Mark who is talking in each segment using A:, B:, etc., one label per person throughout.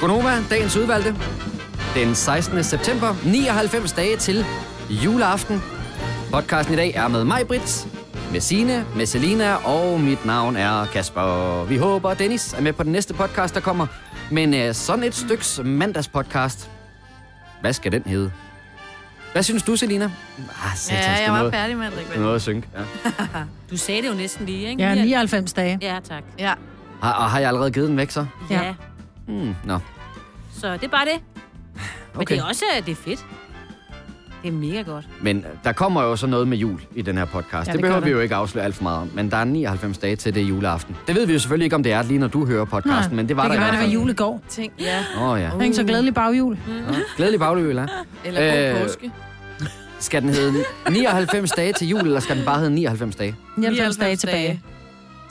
A: Gonova, dagens udvalgte. Den 16. september, 99 dage til juleaften. Podcasten i dag er med mig, Brits, med Sine, med Selina, og mit navn er Kasper. Vi håber, Dennis er med på den næste podcast, der kommer. Men øh, sådan et styks mandagspodcast, hvad skal den hedde? Hvad synes du, Selina? Ah, satans,
B: Ja,
A: det er
B: jeg var
A: noget-
B: færdig med at
A: det
B: drikke
A: er
B: vand.
A: noget at synke. Ja.
C: Du sagde det jo næsten lige, ikke?
D: Ja,
C: Ni-
D: 99 dage.
C: Ja, tak.
B: Ja.
A: Har, og har jeg allerede givet den væk, så?
C: Ja.
D: Ja.
C: ja.
A: Hmm, nå,
C: Så det er bare det. Men
A: okay.
C: det er også øh, det er fedt. Det er mega godt.
A: Men der kommer jo så noget med jul i den her podcast. Ja, det,
D: det
A: det
D: gør
A: behøver vi
D: der.
A: jo ikke afsløre alt for meget om. Men der er 99 dage til det er juleaften. Det ved vi jo selvfølgelig ikke, om det er lige når du hører podcasten, men det var
D: det
A: der
D: kan
A: i
D: være, det
A: hvert
D: var
A: fald.
D: jul i går.
B: Ting, ja.
A: Åh oh, ja.
D: Ikke så glædelig bagjul.
A: Nå, Glædelig bagløb, eller?
B: Eller god
A: Øh,
B: påske.
A: Skal den hedde 99 dage til jul, eller skal den bare hedde 99 dage?
D: 99 dage tilbage.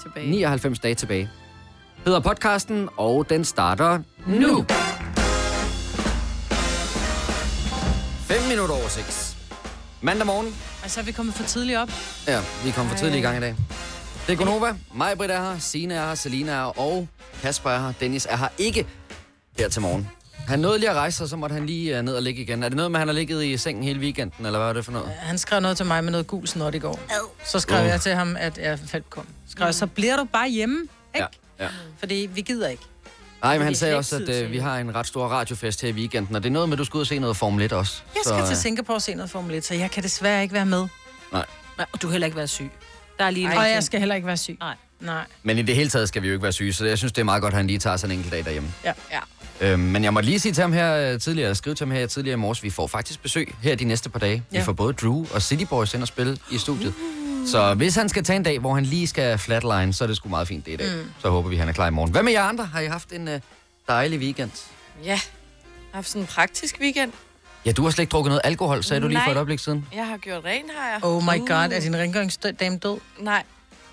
B: Tilbage.
A: 99 dage tilbage. Hedder podcasten, og den starter nu. 5 minutter over 6. Mandag morgen.
D: Altså, er vi kommet for tidligt op?
A: Ja, vi kom for tidligt i gang i dag. Det er Gonova. Mig, Britt er her, Signe er her, Selina er her, og Kasper er her. Dennis er her ikke her til morgen. Han nåede lige at rejse sig, så måtte han lige øh, ned og ligge igen. Er det noget med, at han har ligget i sengen hele weekenden, eller hvad er det for noget?
D: Han skrev noget til mig med noget gul snot i går. Så skrev jeg til ham, at jeg faldt kom. Skrev, jeg, så bliver du bare hjemme, ikke?
A: ja.
D: Fordi vi gider ikke.
A: Nej, men
C: Det
A: han
C: er
A: sagde
C: slet
A: også,
C: ikke tid
A: at øh,
C: til
A: vi
C: det.
A: har en ret stor radiofest her i weekenden, og det er noget med, at du skal ud og se noget Formel 1 også.
D: Jeg skal
A: så,
D: til
A: øh,
D: Singapore og se noget Formel 1, så jeg kan desværre ikke være med.
A: Nej.
C: Nej, og du har heller ikke været syg. Der er lige en
D: Og
C: ting.
D: jeg skal heller ikke være syg.
C: Nej.
D: Nej.
A: Men i det hele taget skal vi jo ikke være syge, så jeg synes, det er meget godt, at han lige tager sådan en enkelt dag derhjemme.
D: Ja.
B: Ja.
A: Øhm, men jeg måtte lige sige til ham her øh, tidligere, skrive til ham her tidligere i morges, vi får faktisk besøg her de næste par dage. Ja.
D: Ja.
A: Vi får både Drew og City Boys ind og spille i studiet. Så hvis han skal tage en dag, hvor han lige skal flatline, så er det sgu meget fint det i dag. Mm. Så håber vi, han er klar i morgen. Hvad med jer andre? Har I haft en øh, dejlig weekend?
B: Ja. Jeg har haft sådan en praktisk weekend.
A: Ja, du har slet ikke drukket noget alkohol, sagde du lige for
B: Nej.
A: et øjeblik siden.
B: Jeg har gjort rent, har jeg. Mm.
D: Oh my god, er din rengøringsdame død?
B: Nej.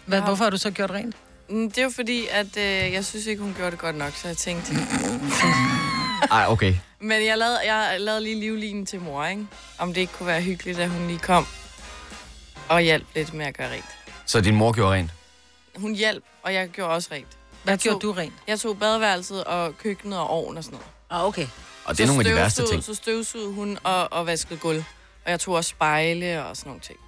D: Hvad,
B: Ja.
D: hvorfor har du så gjort rent?
B: Mm, Det er jo fordi, at øh, jeg synes ikke, hun gjorde det godt nok, så jeg tænkte...
A: Ej, okay.
B: Men jeg lavede, jeg lavede lige livlinen til mor, ikke? Om det ikke kunne være hyggeligt, at hun lige kom og hjalp lidt med at gøre rent.
A: Så din mor gjorde rent.
B: Hun hjalp, og jeg gjorde også rent.
D: Hvad
B: Jeg
D: gjorde
B: tog-
D: du rent?
B: Jeg tog badeværelset og køkkenet og ovnen og sådan noget.
C: Ah, okay.
A: Og det er nogle af de værste
B: støvsugede-
A: ting.
B: Så støvsugede hun og, og vaskede gulv. Og jeg tog også spejle og sådan nogle ting.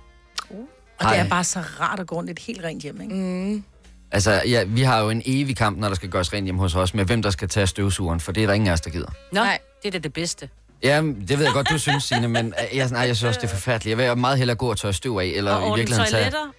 D: Og det
A: Ej.
D: er bare så rart at gå rundt i et helt rent hjem, ikke?
B: Mm.
A: Altså, ja, vi har jo en evig kamp, når der skal gøres rent hjemme hos os, med hvem der skal tage støvsugeren, for det er der ingen af os, der gider.
C: Nå,
B: Nej.
C: Nej. det er da det bedste.
A: Ja, det ved jeg godt, du synes, Signe, men øh, jeg, nej, jeg synes også, det er forfærdeligt. Jeg vil meget hellere gå og tørre støv af, eller
C: og
A: i
C: ordne
A: virkeligheden tage...
C: toiletter.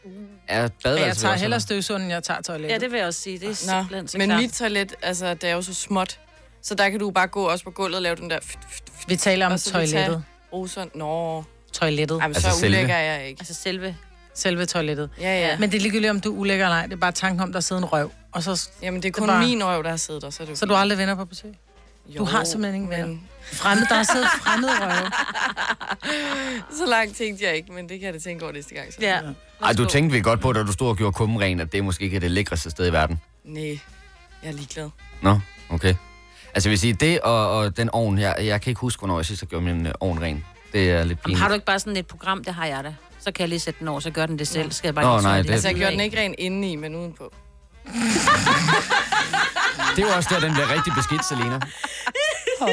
A: Ja,
D: Ja, jeg
A: badeværelset
D: tager hellere støvsugeren, end jeg tager toilettet.
C: Ja, det vil jeg også sige. Det er
B: Nå,
C: simpelthen så
B: men
C: klart.
B: mit toilet, altså, det er jo så småt. Så der kan du bare gå også på gulvet og lave den der... Ft, ft, ft,
D: Vi taler om
B: og så lige tage
D: toilettet.
B: Roserne. Nå,
D: Toilettet.
B: Ej, men
A: Altså
B: så
A: selve-
B: ulækker jeg ikke.
C: Altså selve...
D: Selve toilettet.
B: Ja, ja.
D: Men det er ligegyldigt, om du er ulækker eller ej. Det er bare tanken om, der sidder en røv. Og så,
B: Jamen, det er
D: Det er
B: kun
D: bare-
B: min røv, der har siddet der, så er det jo
D: så du aldrig venner på besøg.
B: fint.
D: du har simpelthen ingen venner. Fremmed, der sidder fremmede røve.
B: Så langt tænkte jeg ikke, men det kan jeg da tænke over næste gang. Så.
C: Ja.
A: Ej, du tænkte vel godt på, da du stod og gjorde kummen ren, at det måske ikke er det lækreste sted i verden.
B: Nej, jeg er ligeglad.
A: Nå, okay. Altså, jeg vil sige, det og, og den ovn, jeg, jeg kan ikke huske, hvornår jeg sidst har gjort min øh, ovn ren. Det er lidt
C: Jamen,
A: pinligt.
C: har du ikke bare sådan et program? Det har jeg da. Så kan jeg lige sætte den over, så gør den det selv. Skal jeg bare
A: Nå,
C: lige
A: nej,
C: tørre
A: det-
C: lidt
B: Altså, jeg
C: ud
B: gjorde
C: af?
B: den ikke ren indeni, men udenpå.
A: Det er jo også der, den bliver rigtig beskidt, Selena.
D: Jeg
B: Så-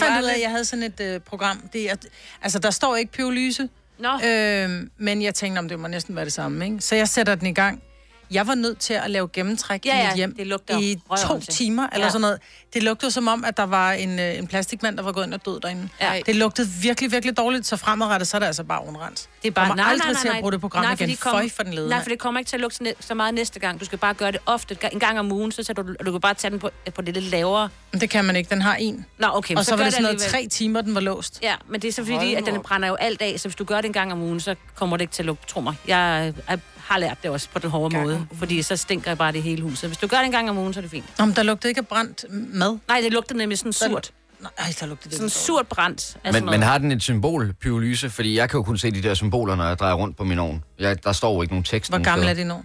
D: fandt ud af, at jeg havde sådan et øh, program. Det er, altså, der står ikke pyrolyse,
C: Nå,
D: øh, men jeg tænkte, om det må næsten være det samme. Ikke? Så jeg sætter den i gang. Jeg var nødt til at lave gennemtræk
C: Ja,
D: i
C: ja,
D: mit hjem
C: det lugter
D: i
C: jo røven
D: to
C: til.
D: timer eller
C: Ja.
D: sådan noget. Det lugtede som om, at der var en, øh, en plastikmand, der var gået ind og død derinde.
C: Ja.
D: Det lugtede virkelig, virkelig dårligt, så fremadrettet, så er det altså bare onrens.
C: det er bare...
D: Kommer aldrig til at bruge det program igen.
C: det kommer-
D: Føj for den ledende.
C: Nej, for det kommer ikke til at lugte så næ- så meget næste gang. Du skal bare gøre det ofte. En gang om ugen, så tager du, og du kan bare tage den på, på det lidt lavere.
D: Men Det kan man ikke, den har en.
C: Nå, okay, men
D: Og så, var
C: gør
D: det sådan noget
C: alligevel.
D: tre timer, den var låst.
C: Ja, men det er så fordi,
B: Hold nu
C: at den
B: op.
C: brænder jo alt af, så hvis du gør det en gang om ugen, så kommer det ikke til at lugte, tro mig. Jeg, jeg har lært det også på den hårde
B: Gang om
C: måde, fordi så stinker jeg bare det hele huset. Hvis du gør det en gang om ugen, så er det fint.
D: Om der lugtede ikke af brændt mad.
C: Nej, det lugter nemlig sådan surt.
D: Nej, ej, der lugtede det.
C: Sådan
D: ikke.
C: surt brændt. af sådan
A: Men,
C: noget.
A: men har den et symbol, pyrolyse? Fordi jeg kan jo kun se de der symboler, når jeg drejer rundt på min ovn. Jeg, der står jo ikke nogen tekst.
D: Hvor
A: nogen
D: gammel
A: steder.
D: er det nu?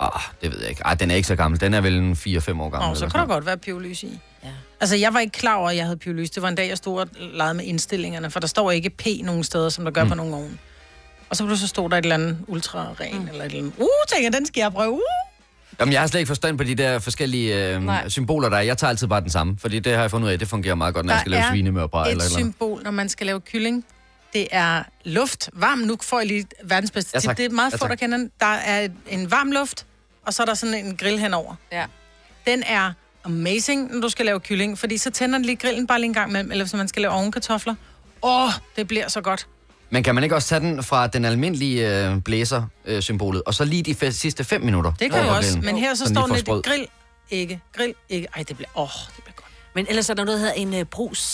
A: Ah, det ved jeg ikke. Ej, den er ikke så gammel. Den er vel en 4-5 år gammel.
D: Nå,
A: eller
D: så
A: sådan
D: kan der
A: noget.
D: godt være pyrolyse i.
C: Ja.
D: Altså, jeg var ikke klar over, at jeg havde pyrolyse. Det var en dag, jeg stod og legede med indstillingerne, for der står ikke P nogen steder, som der gør mm. på nogen ovne. Og så pludselig stod der et eller andet ultra ren, mm. eller et eller andet. Uh, tænker jeg, den skal jeg prøve. Uh.
A: Jamen, jeg har slet ikke forstand på de der forskellige øh,
B: Nej.
A: symboler, der er. Jeg tager altid bare den samme, fordi det har jeg fundet ud af, det fungerer meget godt, når jeg skal lave svinemørbræd
D: et
A: eller et eller andet.
D: symbol, når man skal lave kylling. Det er luft. Varm. Nu får jeg lige verdens bedste
A: Ja,
D: tip.
A: tak.
D: det er meget
A: Ja,
D: få,
A: tak.
D: der kender den. Der er en varm luft, og så er der sådan en grill henover.
B: Ja.
D: Den er amazing, når du skal lave kylling, fordi så tænder den lige grillen bare lige en gang imellem, eller hvis man skal lave ovenkartofler. Åh, oh, det bliver så godt.
A: Men kan man ikke også tage den fra den almindelige øh, blæser-symbolet, og så lige de fe- sidste 5 minutter?
D: Det kan
A: over
D: du også,
A: grillen?
D: men her så
A: Sådan
D: står
A: lige
D: den
A: får
D: lidt
A: sprød.
D: grill, ikke, grill, ikke. Ej, det bliver, åh, oh, det bliver godt.
C: Men ellers er der noget, der hedder en uh,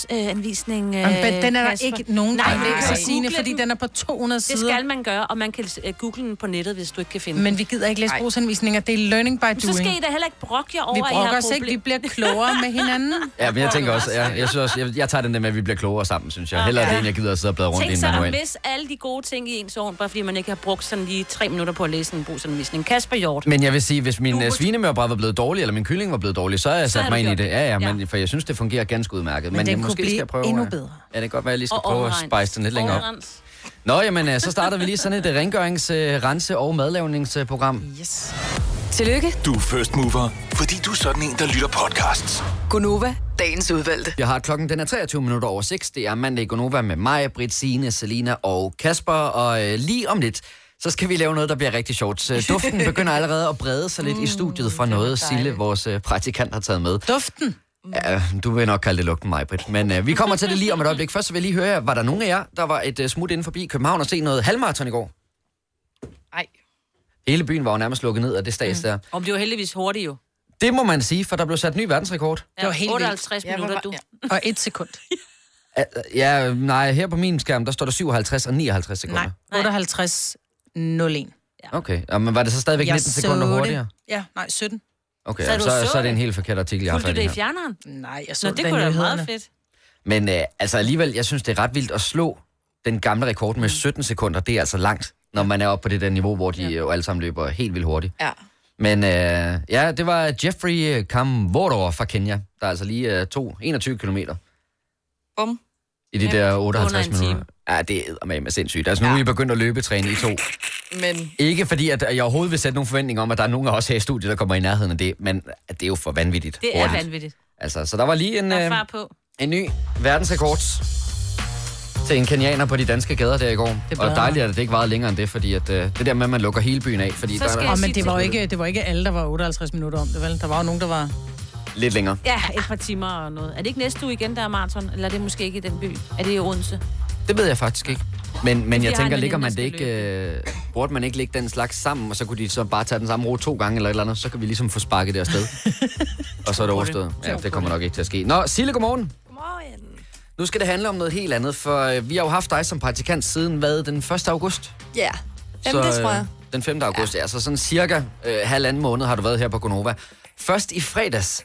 C: brugsanvisning. Uh,
D: Men den er der ikke nogen,
C: Nej,
D: der læser,
C: nej.
D: Signe,
C: Google
D: fordi
C: den.
D: den er på 200
C: Det
D: sider.
C: skal man gøre, og man kan øh, google den på nettet, hvis du ikke kan finde den.
D: Men vi gider ikke læse
B: Ej.
D: brugsanvisninger. Det er learning by doing.
C: Så skal I da heller ikke brokke jer over,
D: Vi
C: at I har
D: brokker os ikke, vi
C: problem-
D: bliver klogere med hinanden.
A: Ja, men jeg tænker også, ja, jeg, synes også jeg, jeg tager den der med, at vi bliver klogere sammen, synes jeg. Hellere det, end jeg gider at sidde og bladre rundt i
C: Tænk
A: en
C: sig at
A: manual.
C: miste alle de gode ting i ens ovn, bare fordi man ikke har brugt sådan lige tre minutter på at læse en brugsanvisning. Kasper Hjort.
A: Men jeg vil sige, hvis min uh, svinemørbræd var blevet dårlig, eller min kylling var blevet dårlig, så havde jeg
C: Så
A: sat
C: havde
A: mig
C: du
A: ind i
C: gjort
A: det.
C: det.
A: Ja, ja,
C: Ja.
A: men, for jeg synes, det fungerer ganske udmærket.
D: den
A: jeg
D: kunne
A: måske
D: blive
A: skal prøve,
D: endnu
A: øh,
D: bedre.
A: Ja, det kan godt være, at jeg lige skal
C: Og
A: prøve at
C: omregn.
A: spice den lidt længere op.
C: Overrens.
A: Nå, jamen, øh, så starter vi lige sådan et øh, rengørings-, øh, rense- og madlavningsprogram.
D: Yes.
E: Tillykke,
F: Du er first mover, fordi du er sådan en, der lytter podcasts.
E: Gunova, dagens udvalgte.
A: Jeg har klokken, den er 23 minutter over 6. Det er mandag i Gonova med mig, Britt, Signe, Selina og Kasper. Og øh, lige om lidt, så skal vi lave noget, der bliver rigtig sjovt. Så Duften begynder allerede at brede sig lidt i studiet fra noget, Sille, vores øh, praktikant, har taget med.
D: Duften.
A: Ja, du vil nok kalde det lugten mig, Britt. Men øh, vi kommer til det lige om et øjeblik. Først så vil jeg lige høre jer, var der nogen af jer, der var et øh, smut inden forbi København og se noget halvmarathon i går?
B: Ej.
A: Hele byen var jo nærmest lukket ned af det stads der.
C: Om det var heldigvis hurtigt jo.
A: Det må man sige, for der blev sat ny verdensrekord.
C: Ja,
D: Det var helt vildt.
C: 58
B: Ja, hvor
C: minutter,
B: var-
C: du.
B: ja.
D: Og et sekund.
A: Øh, Ja, nej, her på min skærm, der står der 57 og 59 sekunder.
D: Nej, 58 01.
A: Okay, og, men var det så stadigvæk 19 sekunder hurtigere?
D: det. Ja, nej, 17.
A: Okay,
C: Så
A: så,
C: du
A: så,
C: så
A: så er det
C: det?
A: en helt forkert artikel, jeg har
C: Fulgte
A: fat
C: du
A: i
C: det i
A: her.
C: fjerneren?
D: Nej, jeg så
C: Nå,
D: det
C: det
D: i
C: kunne da være
D: nyhederne.
C: meget fedt.
A: Men øh, altså alligevel, jeg synes, det er ret vildt at slå den gamle rekord
C: Mm.
A: med 17 sekunder. Det er altså langt, når man er oppe på det der niveau, hvor de ja. jo alle sammen løber helt vildt hurtigt.
B: Ja.
A: Men øh, ja, det var Jeffrey øh, Kamvordor fra Kenya, der altså lige øh, tog 21 km
B: Bum.
A: i de
B: Ja,
A: der 58
C: under en time.
A: minutter. Ja, det er med sindssygt. Altså nu er I begyndt at løbetræne i to.
B: Men
A: Ikke fordi, at jeg overhovedet vil sætte nogen forventninger om, at der er nogen af os her i studiet, der kommer i nærheden af det, men det er jo for vanvittigt.
C: Det er
A: hurtigt.
C: vanvittigt.
A: Altså, så der var lige en,
C: Der
D: Øhm.
C: er
A: øh,
C: far på.
A: en ny verdensrekord til en kenianer på de danske gader der i går. Det og
D: bedre.
A: dejligt, at det ikke varede længere end det, fordi at, øh, det der med, at man lukker hele byen af, fordi
C: Så
A: der
C: skal
A: er
C: jeg-
D: Og
A: der
D: men det var, jo ikke, det var ikke alle, der var 58 minutter om det, vel? Der var jo nogen, der var...
A: lidt længere.
C: Ja, et par timer og noget. Er det ikke næste uge igen, der er maraton? Eller er det måske ikke i den by? Er det i Odense?
A: Det ved jeg faktisk ikke. Men, men jeg
C: har
A: tænker,
C: en
A: ligger man det
C: veninde, der
A: ikke, øh, burde man ikke lægge den slags sammen, og så kunne de så bare tage den samme rute to gange eller et eller andet, så kan vi ligesom få sparket det afsted. og så er det overstået. Ja, det kommer nok ikke til at ske. Nå, Sille, godmorgen.
B: Godmorgen.
A: Nu skal det handle om noget helt andet, for øh, vi har jo haft dig som praktikant siden, hvad, den 1. august?
B: Ja. Jamen, det
A: øh,
B: tror jeg.
A: Den 5. august, ja. Så sådan cirka øh, halvanden måned har du været her på Gonova. Først i fredags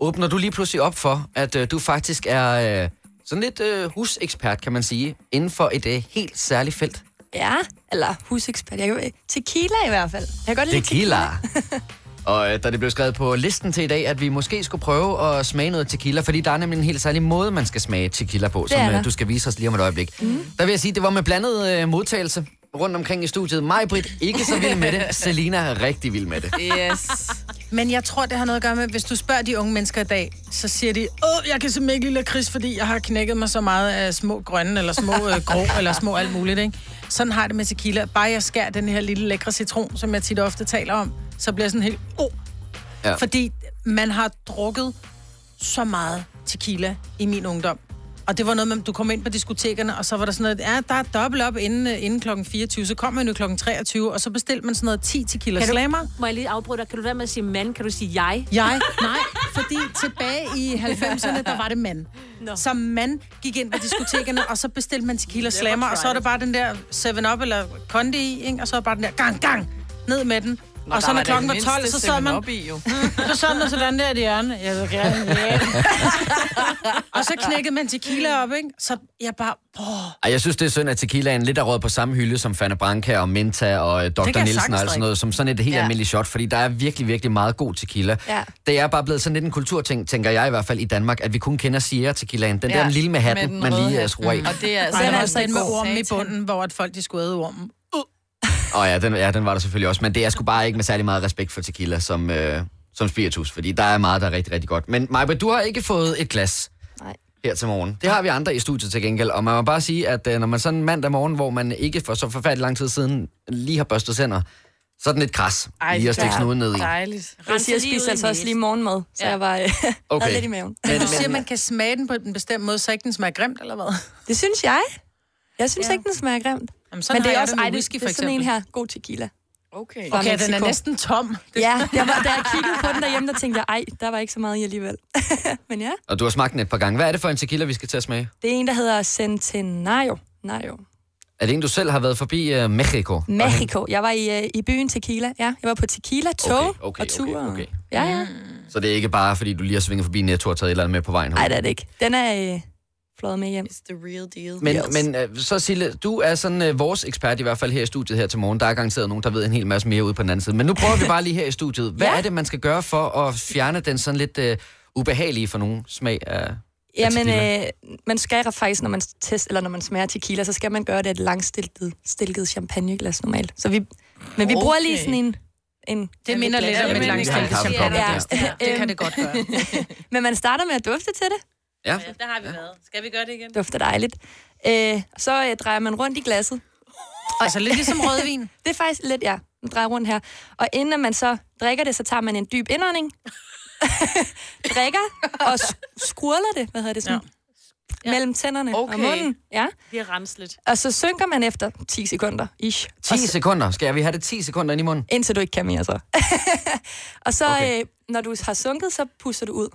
A: åbner du lige pludselig op for, at øh, du faktisk er øh, sådan lidt øh, husekspert, kan man sige, inden for et øh, helt særligt felt.
G: Ja, eller husekspert. Jeg kan, tequila i hvert fald. Jeg kan godt lide
A: Tequila. Og øh, da det blev skrevet på listen til i dag, at vi måske skulle prøve at smage noget tequila, fordi der er nemlig en helt særlig måde, man skal smage tequila på, som
G: er
A: øh,
G: der.
A: du skal vise os lige om et øjeblik. Mm. Der vil jeg sige, det var med blandet øh, modtagelse rundt omkring i studiet. Mig, Britt, ikke så vild med det. Selina er rigtig vild med det.
B: Yes.
D: Men jeg tror, det har noget at gøre med, hvis du spørger de unge mennesker i dag, så siger de, åh, jeg kan simpelthen ikke lide lakrids, fordi jeg har knækket mig så meget af små grønne, eller små øh, grå, eller små alt muligt, ikke? Sådan har jeg det med tequila. Bare jeg skærer den her lille lækre citron, som jeg tit og ofte taler om, så bliver jeg sådan helt, åh.
A: Ja.
D: Ja. Fordi man har drukket så meget tequila i min ungdom. Og det var noget med, du kom ind på diskotekerne, og så var der sådan noget, ja, der er dobbelt op inden, øh, inden klokken 24, så kom man jo klokken 23, og så bestilte man sådan noget 10 tequila
C: Kan du-
D: slammer.
C: Må jeg lige afbryde dig? Kan du være med at sige mand? Kan du sige jeg?
D: Jeg? Nej, fordi tilbage i 90'erne, der var det mand. No.
C: Nå.
D: Så mand gik ind på diskotekerne, og så bestilte man tequila slammer, og så er der bare den der 7-Up eller Condi i, ikke? og så er der bare den der gang, gang, ned med den. Nå, og så når klokken var 12, så sad man,
B: Op i, jo.
D: så sad man sådan der i et hjørne. Jeg vil gerne hjem. og så knækkede man tequila op, ikke? Så jeg bare, åh,
A: Ej, jeg synes, det er synd, at tequilaen lidt er råd på samme hylde som Fanna Branca og Menta og øh, Dr.
D: jeg
A: Nielsen
D: sagtens
A: og alt sådan noget, som sådan et helt ja.
B: Ja.
A: almindeligt shot, fordi der er virkelig, virkelig meget god tequila.
G: Ja.
A: Det er bare blevet sådan lidt en kulturting, tænker jeg i hvert fald i Danmark, at vi kun kender Sierra tequilaen, den ja. der
B: Ja,
A: lille med hatten,
B: den
A: man
B: røde
A: lige
B: hat.
A: hat. skruer af.
B: Og det er altså...
D: så er
G: den
D: der
G: er
D: også
G: altså
D: den
G: ikke
D: med
G: god.
D: ormen i
B: Satan.
D: bunden, hvor at folk de skulle æde ormen.
A: Og ja den, ja, den var der selvfølgelig også, men det er sgu bare ikke med særlig meget respekt for tequila som, øh, som spiritus, fordi der er meget, der er rigtig, rigtig godt. Men Majbrit, du har ikke fået et glas
G: Nej.
A: her til morgen. Det har vi andre i studiet til gengæld, og man må bare sige, at øh, når man sådan mandag morgen, hvor man ikke for så forfærdelig lang tid siden lige har børstet tænder, så er den et kras
B: Ej,
A: lige at stikke
G: der-
A: snuden ned i.
B: Dejligt.
G: Jeg vil sige, jeg
C: Rense lige ud
G: spiste
C: i
G: altså også
C: næsen.
G: lige morgenmad, så
C: Ja.
G: jeg var øh,
A: Okay.
G: okay. lidt i maven.
A: Men,
D: Du siger, man kan smage den på en bestemt måde, så ikke den smager grimt, eller hvad?
G: Det synes jeg. Jeg synes ja. ikke, den smager grimt.
D: Jamen,
G: Men det er
D: har
G: også,
D: jeg det
G: ej,
D: med
G: det,
D: whisky,
G: det
D: for
G: er sådan
D: eksempel.
G: en her, god tequila.
B: Okay.
G: fra
D: Okay, den er
G: Mexico.
D: næsten tom.
G: Ja, jeg var, da jeg kiggede på den derhjemme, der tænkte jeg, ej, der var ikke så meget i alligevel. Men ja,
A: Og du har smagt den et par gange. Hvad er det for en tequila, vi skal til at smage?
G: det er en, der hedder Centenario. Nario.
A: Er det en, du selv har været forbi uh, Mexico? og hen-
G: Mexico. Jeg var i, øh, i byen Tequila. Ja, jeg var på Tequila, tog
A: Okay, okay,
G: og tur.
A: okay, okay.
G: Ja, ja.
A: Så det er ikke bare, fordi du lige har svinget forbi Netto og taget et eller andet med på vejen?
G: Nej, det er det ikke. Den er øh, fløjet med hjem.
B: It's the real deal.
A: Men,
G: Yes.
A: men øh, så Sille, du er sådan øh, vores ekspert i hvert fald her i studiet her til morgen. Der er garanteret nogen, der ved en hel masse mere ude på den anden side. Men nu prøver vi bare lige her i studiet. Hvad ja.
G: Ja.
A: er det, man skal gøre for at fjerne den sådan lidt øh, ubehagelige for nogen smag af...
G: Jamen,
A: tequila?
G: øh, man skal faktisk, når man, test, eller når man smager tequila, så skal man gøre det af et langstilket stilket champagneglas normalt. Så vi, men vi bruger lige
B: Okay.
G: sådan en... en
D: Det minder lidt om
B: Ja,
D: et
B: men-
D: langt
A: Vi har en
D: stilke
A: kaffekop
D: champagne.
G: der.
D: Ja, det kan det godt gøre.
G: men man starter med at dufte til det.
A: Ja,
H: Ja, der har vi været. Skal vi gøre det igen?
G: Dufter dejligt. Øh, så øh, drejer man rundt i glasset.
D: Altså lidt ligesom rødvin.
G: Det er faktisk lidt, ja, man drejer rundt her. Og inden at man så drikker det, så tager man en dyb indånding. drikker og sk- skrurler det, hvad hedder det sådan? Ja. Mellem tænderne okay.
B: Okay.
G: og munden. Ja.
H: Vi har renset lidt.
G: Og så synker man efter 10 sekunder, ish.
A: 10 sekunder. Skal vi have det 10 sekunder ind i munden?
G: Indtil du ikke kan mere så. og så,
A: Okay.
G: okay. øh, når du har sunket, så puster du ud.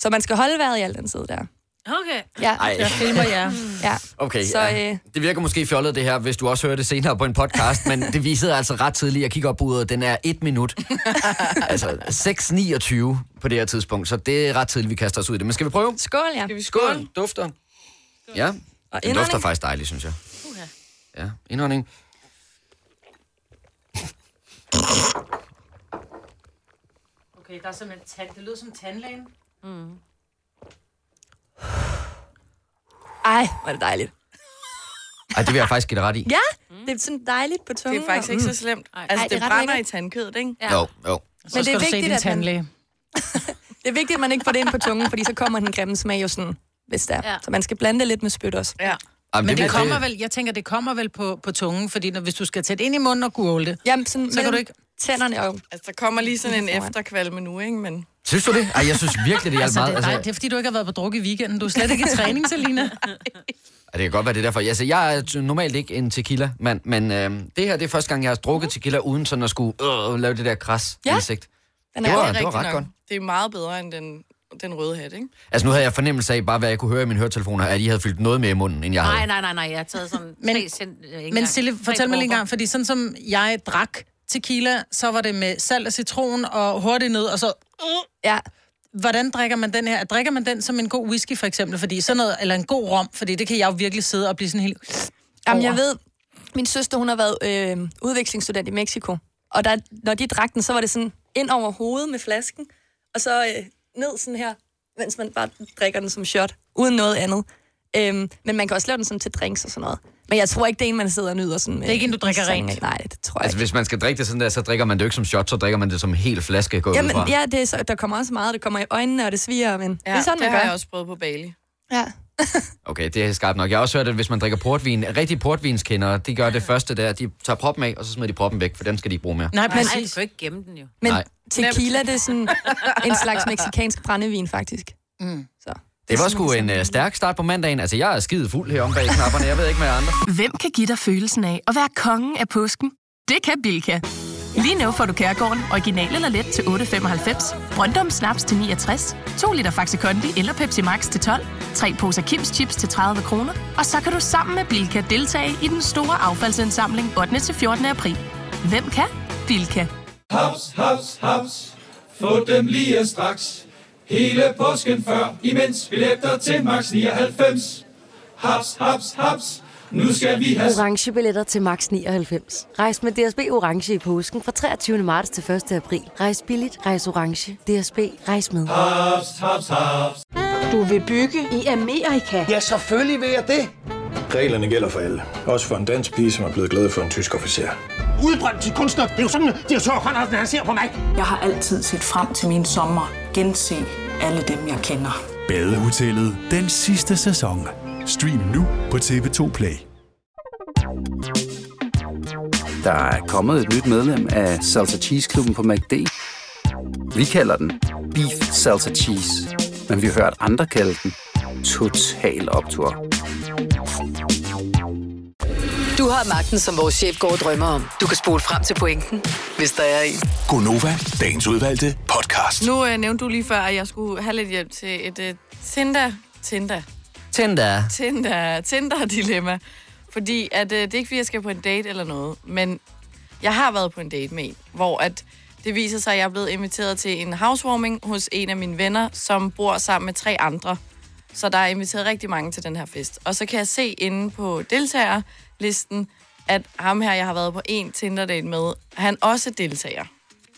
G: Så man skal holde vejret i al den tid der.
H: Okay.
G: Ja,
A: Ej,
D: Jeg filmer jer.
G: ja.
A: okay.
G: Så,
A: ja.
G: øh,
A: Det virker måske fjollet det her, hvis du også hører det senere på en podcast, men det visede altså ret tidligt. Jeg kigger op på uret, og den er et minut. altså 6.29 på det her tidspunkt, så det er ret tidligt, vi kaster os ud i det. Men skal vi prøve?
G: skål ja.
B: Skal vi skåle?
A: Skål. Dufter. Ja,
G: Og
A: den dufter
G: indånding.
A: faktisk dejligt, synes jeg.
H: Uha.
A: Ja, indånding.
H: Okay, der er simpelthen tand. Det lyder som tandlægen.
G: Mm. Ej, hvor er det dejligt.
A: Ej, det vil jeg faktisk give dig ret i.
G: Ja, det er sådan dejligt på tungen.
B: Det er faktisk ikke så slemt. Altså,
G: Ej, det er
B: det
G: ret
B: brænder i
G: lækkert.
B: tandkødet, ikke?
A: Ja. Jo, jo.
D: Så men det er skal vigtigt, du se din
G: at man-
D: tandlæge.
G: Det er vigtigt, at man ikke får det ind på tungen, fordi så kommer den grimme smag jo sådan, hvis det er.
H: Ja.
G: Ja. Så man skal blande det lidt med spyt også.
B: Ja.
A: Ej,
D: Men det kommer vel, jeg tænker, det kommer vel på, på tungen, fordi når, hvis du skal tæt ind i munden og gurgle det,
G: Jamen, sådan
D: så kan
G: mellem
D: du ikke...
G: Tænderne og...
B: Altså, der kommer lige sådan en
G: Foran.
B: efterkvalme nu, ikke? Men
A: Synes du det? Ej, jeg synes virkelig, det hjalp
D: Altså, det,
A: meget.
D: er
A: Altså,
D: dig, det er fordi, du ikke har været på druk i weekenden. Du er slet ikke i træning, Selina.
A: ej, det kan godt være, det er derfor. Altså, jeg er t- normalt ikke en tequila-mand, men øh, det her det er første gang, jeg har drukket tequila, uden sådan at skulle øh, lave det der kras
G: Ja.
A: indsigt.
G: Den
A: Det
G: er
A: var-
B: det
A: Ja,
B: er
A: det
B: rigtigt
A: ret
B: nok.
A: godt.
B: Det er meget bedre end den, den røde hat, ikke?
A: Altså, nu havde jeg fornemmelse af, bare hvad jeg kunne høre i mine høretelefoner, at I havde fyldt noget mere i munden, end jeg havde.
H: Nej, nej, nej, nej. Jeg har taget sådan
D: Men-
H: tre cent... øh, ikke
D: Men
H: engang.
D: Sille,
H: Tre
D: fortæl mig lige en
H: dråber.
D: gang, fordi sådan som jeg drak tequila, så var det med salt og citron og hurtigt ned, og så...
G: Ja,
D: Hvordan drikker man den her? Drikker man den som en god whisky, for eksempel? Fordi sådan noget, eller en god rom, fordi det kan jeg jo virkelig sidde og blive sådan helt...
G: Jamen,
D: over.
G: jeg ved, min søster, hun har været øh, udvekslingsstudent i Mexico. Og der, når de drak den, så var det sådan ind over hovedet med flasken, og så øh, ned sådan her, mens man bare drikker den som shot, uden noget andet. Øhm, men man kan også lave den sådan til drinks og sådan noget. Men jeg tror ikke, det er en, man sidder og nyder sådan med.
D: Det er ikke en, du drikker
G: sådan
D: rent?
G: af. Nej, det tror jeg
A: Altså,
G: ikke.
A: hvis man skal drikke det sådan der, så drikker man det jo ikke som shot, så drikker man det som en hel flaske går ud fra.
G: Jamen, ja, det er så, der kommer også meget, det kommer i øjnene, og det sviger, men ja, det er sådan,
B: det
G: man
B: har
G: gør.
B: jeg også prøvet på Bali.
G: Ja.
A: Okay, det er skarpt nok. Jeg har også hørt, at hvis man drikker portvin, rigtig portvinskendere, de gør det første der, de tager proppen af, og så smider de proppen væk, for dem skal de ikke bruge mere.
H: Nej,
D: Nej,
H: du
D: præcis.
H: kan jo ikke gemme den jo.
G: Men
A: Nej.
G: Nej. tequila, det er sådan en slags meksikansk brændevin, faktisk. Mm. Så.
A: Det var
G: er
A: sgu en
G: sådan,
A: uh, stærk start på mandagen. Altså, jeg er skide fuld her om bag knapperne. Jeg ved ikke med jer andre.
I: Hvem kan give dig følelsen af at være kongen af påsken? Det kan Bilka! Lige nu får du Kærgården original eller let til 8.95, Brøndum Snaps til 69, 2 liter Faxi Kondi eller Pepsi Max til 12, 3 poser Kims Chips til 30 kroner, og så kan du sammen med Bilka deltage i den store affaldsindsamling 8. til 14. april. Hvem kan? Bilka.
J: Haps, haps, haps. Få dem lige straks. Hele påsken før, imens billetter til max 99. Haps, haps, haps. Nu skal vi have
K: Orange billetter til max 99. Rejs med DSB Orange i påsken fra 23. marts til 1. april. Rejs billigt, rejs orange. DSB, rejs med.
J: haps, haps, haps.
I: Du vil bygge i Amerika?
J: Ja, selvfølgelig vil jeg det.
L: Reglerne gælder for alle. Også for en dansk pige, som er blevet glad for en tysk officer.
M: Udbrændt til kunstner. Det er jo sådan, at de har tørt, han ser på mig. Jeg har altid set frem til min sommer. Gense alle dem, jeg kender.
N: Badehotellet den sidste sæson. Stream nu på TV2 Play.
O: Der er kommet et nyt medlem af Salsa Cheese Klubben på MACD. Vi kalder den Beef Salsa Cheese, men vi har hørt andre kalde den Total Optor.
E: Du har magten, som vores chef går og drømmer om. Du kan spole frem til pointen, hvis der er en.
F: Gonova, dagens udvalgte podcast.
A: Altså.
B: Nu øh, nævnte du lige før, at jeg skulle have lidt hjælp til et øh, Tinder, Tinder,
A: Tinder.
B: Tinder, Tinder-dilemma. Fordi at, øh, det er ikke, fordi jeg skal på en date eller noget, men jeg har været på en date med en, hvor at det viser sig, at jeg er blevet inviteret til en housewarming hos en af mine venner, som bor sammen med tre andre. Så der er inviteret rigtig mange til den her fest. Og så kan jeg se inde på deltagerlisten, at ham her, jeg har været på en Tinder-date med, han også deltager.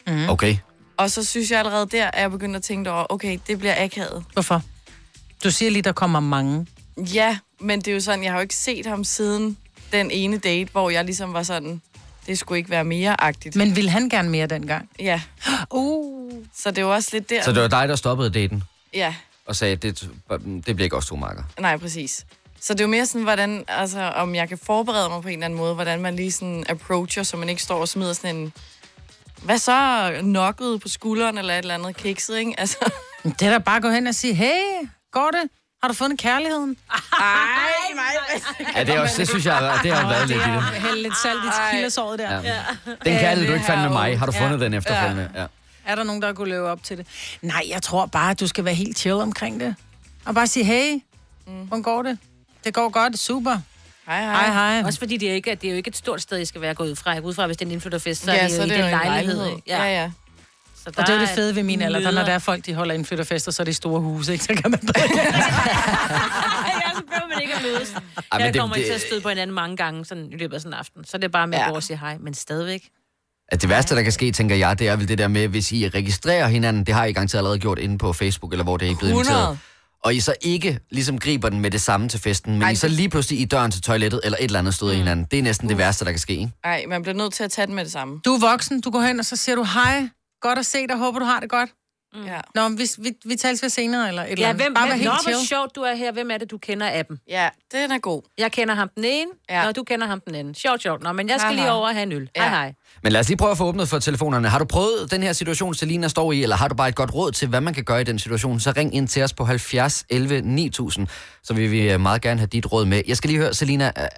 D: Mhm.
A: Mm. Okay.
B: Og så synes jeg allerede der, at jeg begynder at tænke over, okay, det bliver akavet.
D: Hvorfor? Du siger lige, der kommer mange.
B: Ja, men det er jo sådan, jeg har jo ikke set ham siden den ene date, hvor jeg ligesom var sådan, det skulle ikke være mere-agtigt.
D: Men ville han gerne mere dengang?
B: Ja.
D: Uh.
B: Så det er jo også lidt der.
A: Så det var dig, der stoppede daten
B: Ja,
A: og sagde, det, det bliver ikke os to marker.
B: nej, præcis. Så det er jo mere sådan, hvordan, altså, om jeg kan forberede mig på en eller anden måde, hvordan man lige sådan approacher, så man ikke står og smider sådan en, hvad så, nokket på skulderen eller et eller andet kikset, ikke? Altså,
D: Det er da bare at gå hen og sige, hey, går det? Har du fundet kærligheden?
B: Ej, mig.
A: Ja, det, er også, det synes jeg, det har været lidt i det.
D: Hælde lidt salt i kildesåret der.
A: Ja. Den kærlighed, du ikke fandt med mig, har du fundet den efterfølgende? Ja.
D: Er der nogen, der kunne leve op til det? Nej, jeg tror bare, at du skal være helt chill omkring det. Og bare sige, hey, mm. hvordan går det? Det går godt, super.
B: Hej,
D: hej. hej, hej.
C: Også fordi det er, ikke, det er jo ikke et stort sted, I skal være gået ud fra. Jeg går ud fra, hvis det er en indflytterfest, så
B: Ja,
C: er det
B: så
C: jo
B: er
C: i
B: det
C: den
B: jo en
C: lejlighed.
B: lejlighed.
C: ikke? Ja.
B: Ja, ja.
C: Så
D: Og det er jo det
C: et
D: fede ved min alder, der, når
C: møder.
D: der er folk, de holder indflytterfester, så er det i store huse, ikke? Så kan man bare...
C: Ja, så behøver man ikke at mødes.
D: men
C: Jeg
D: det-
C: kommer
A: det-
C: til at støde på hinanden mange gange sådan, i løbet af sådan en aften. Så det er bare med at gå og sige hej, men stadigvæk.
A: At det værste, der kan ske, tænker jeg, det er vel det der med, hvis I registrerer hinanden, det har I garanteret allerede gjort inde på Facebook, eller hvor det er I blevet
B: 100.
A: inviteret, og I så ikke ligesom griber den med det samme til festen, men
B: Ej,
A: Ej, I så
B: det- Mm.
A: lige pludselig i døren til toilettet, eller et eller andet stod i hinanden. Det er næsten det værste, der kan ske, ikke?
B: Ej, man bliver nødt til at tage den med det samme.
D: Du er voksen, du går hen, og så siger du, hej, godt at se dig, håber du har det godt.
B: Mm. Ja.
D: Nå, men vi, vi, vi tales ved senere, eller et eller
C: Ja,
D: andet.
C: hvem,
D: bare
C: hvem,
D: vær
C: helt
D: helt
C: Nå,
D: chill.
C: hvor sjovt du er her. Hvem er det, du kender af dem?
B: Ja, den er god.
C: Jeg kender ham den ene, ja. og du kender ham den anden. Sjovt, sjovt. Nå, men jeg skal
B: Haha.
C: lige over og have en øl. Ja. Hej, hej.
A: Men lad os lige prøve at få åbnet for telefonerne. Har du prøvet den her situation, Selina står i, eller har du bare et godt råd til, hvad man kan gøre i den situation, så ring ind til os på 70 11 9000, så vil vi øh, meget gerne have dit råd med. Jeg skal lige høre, Selina, er-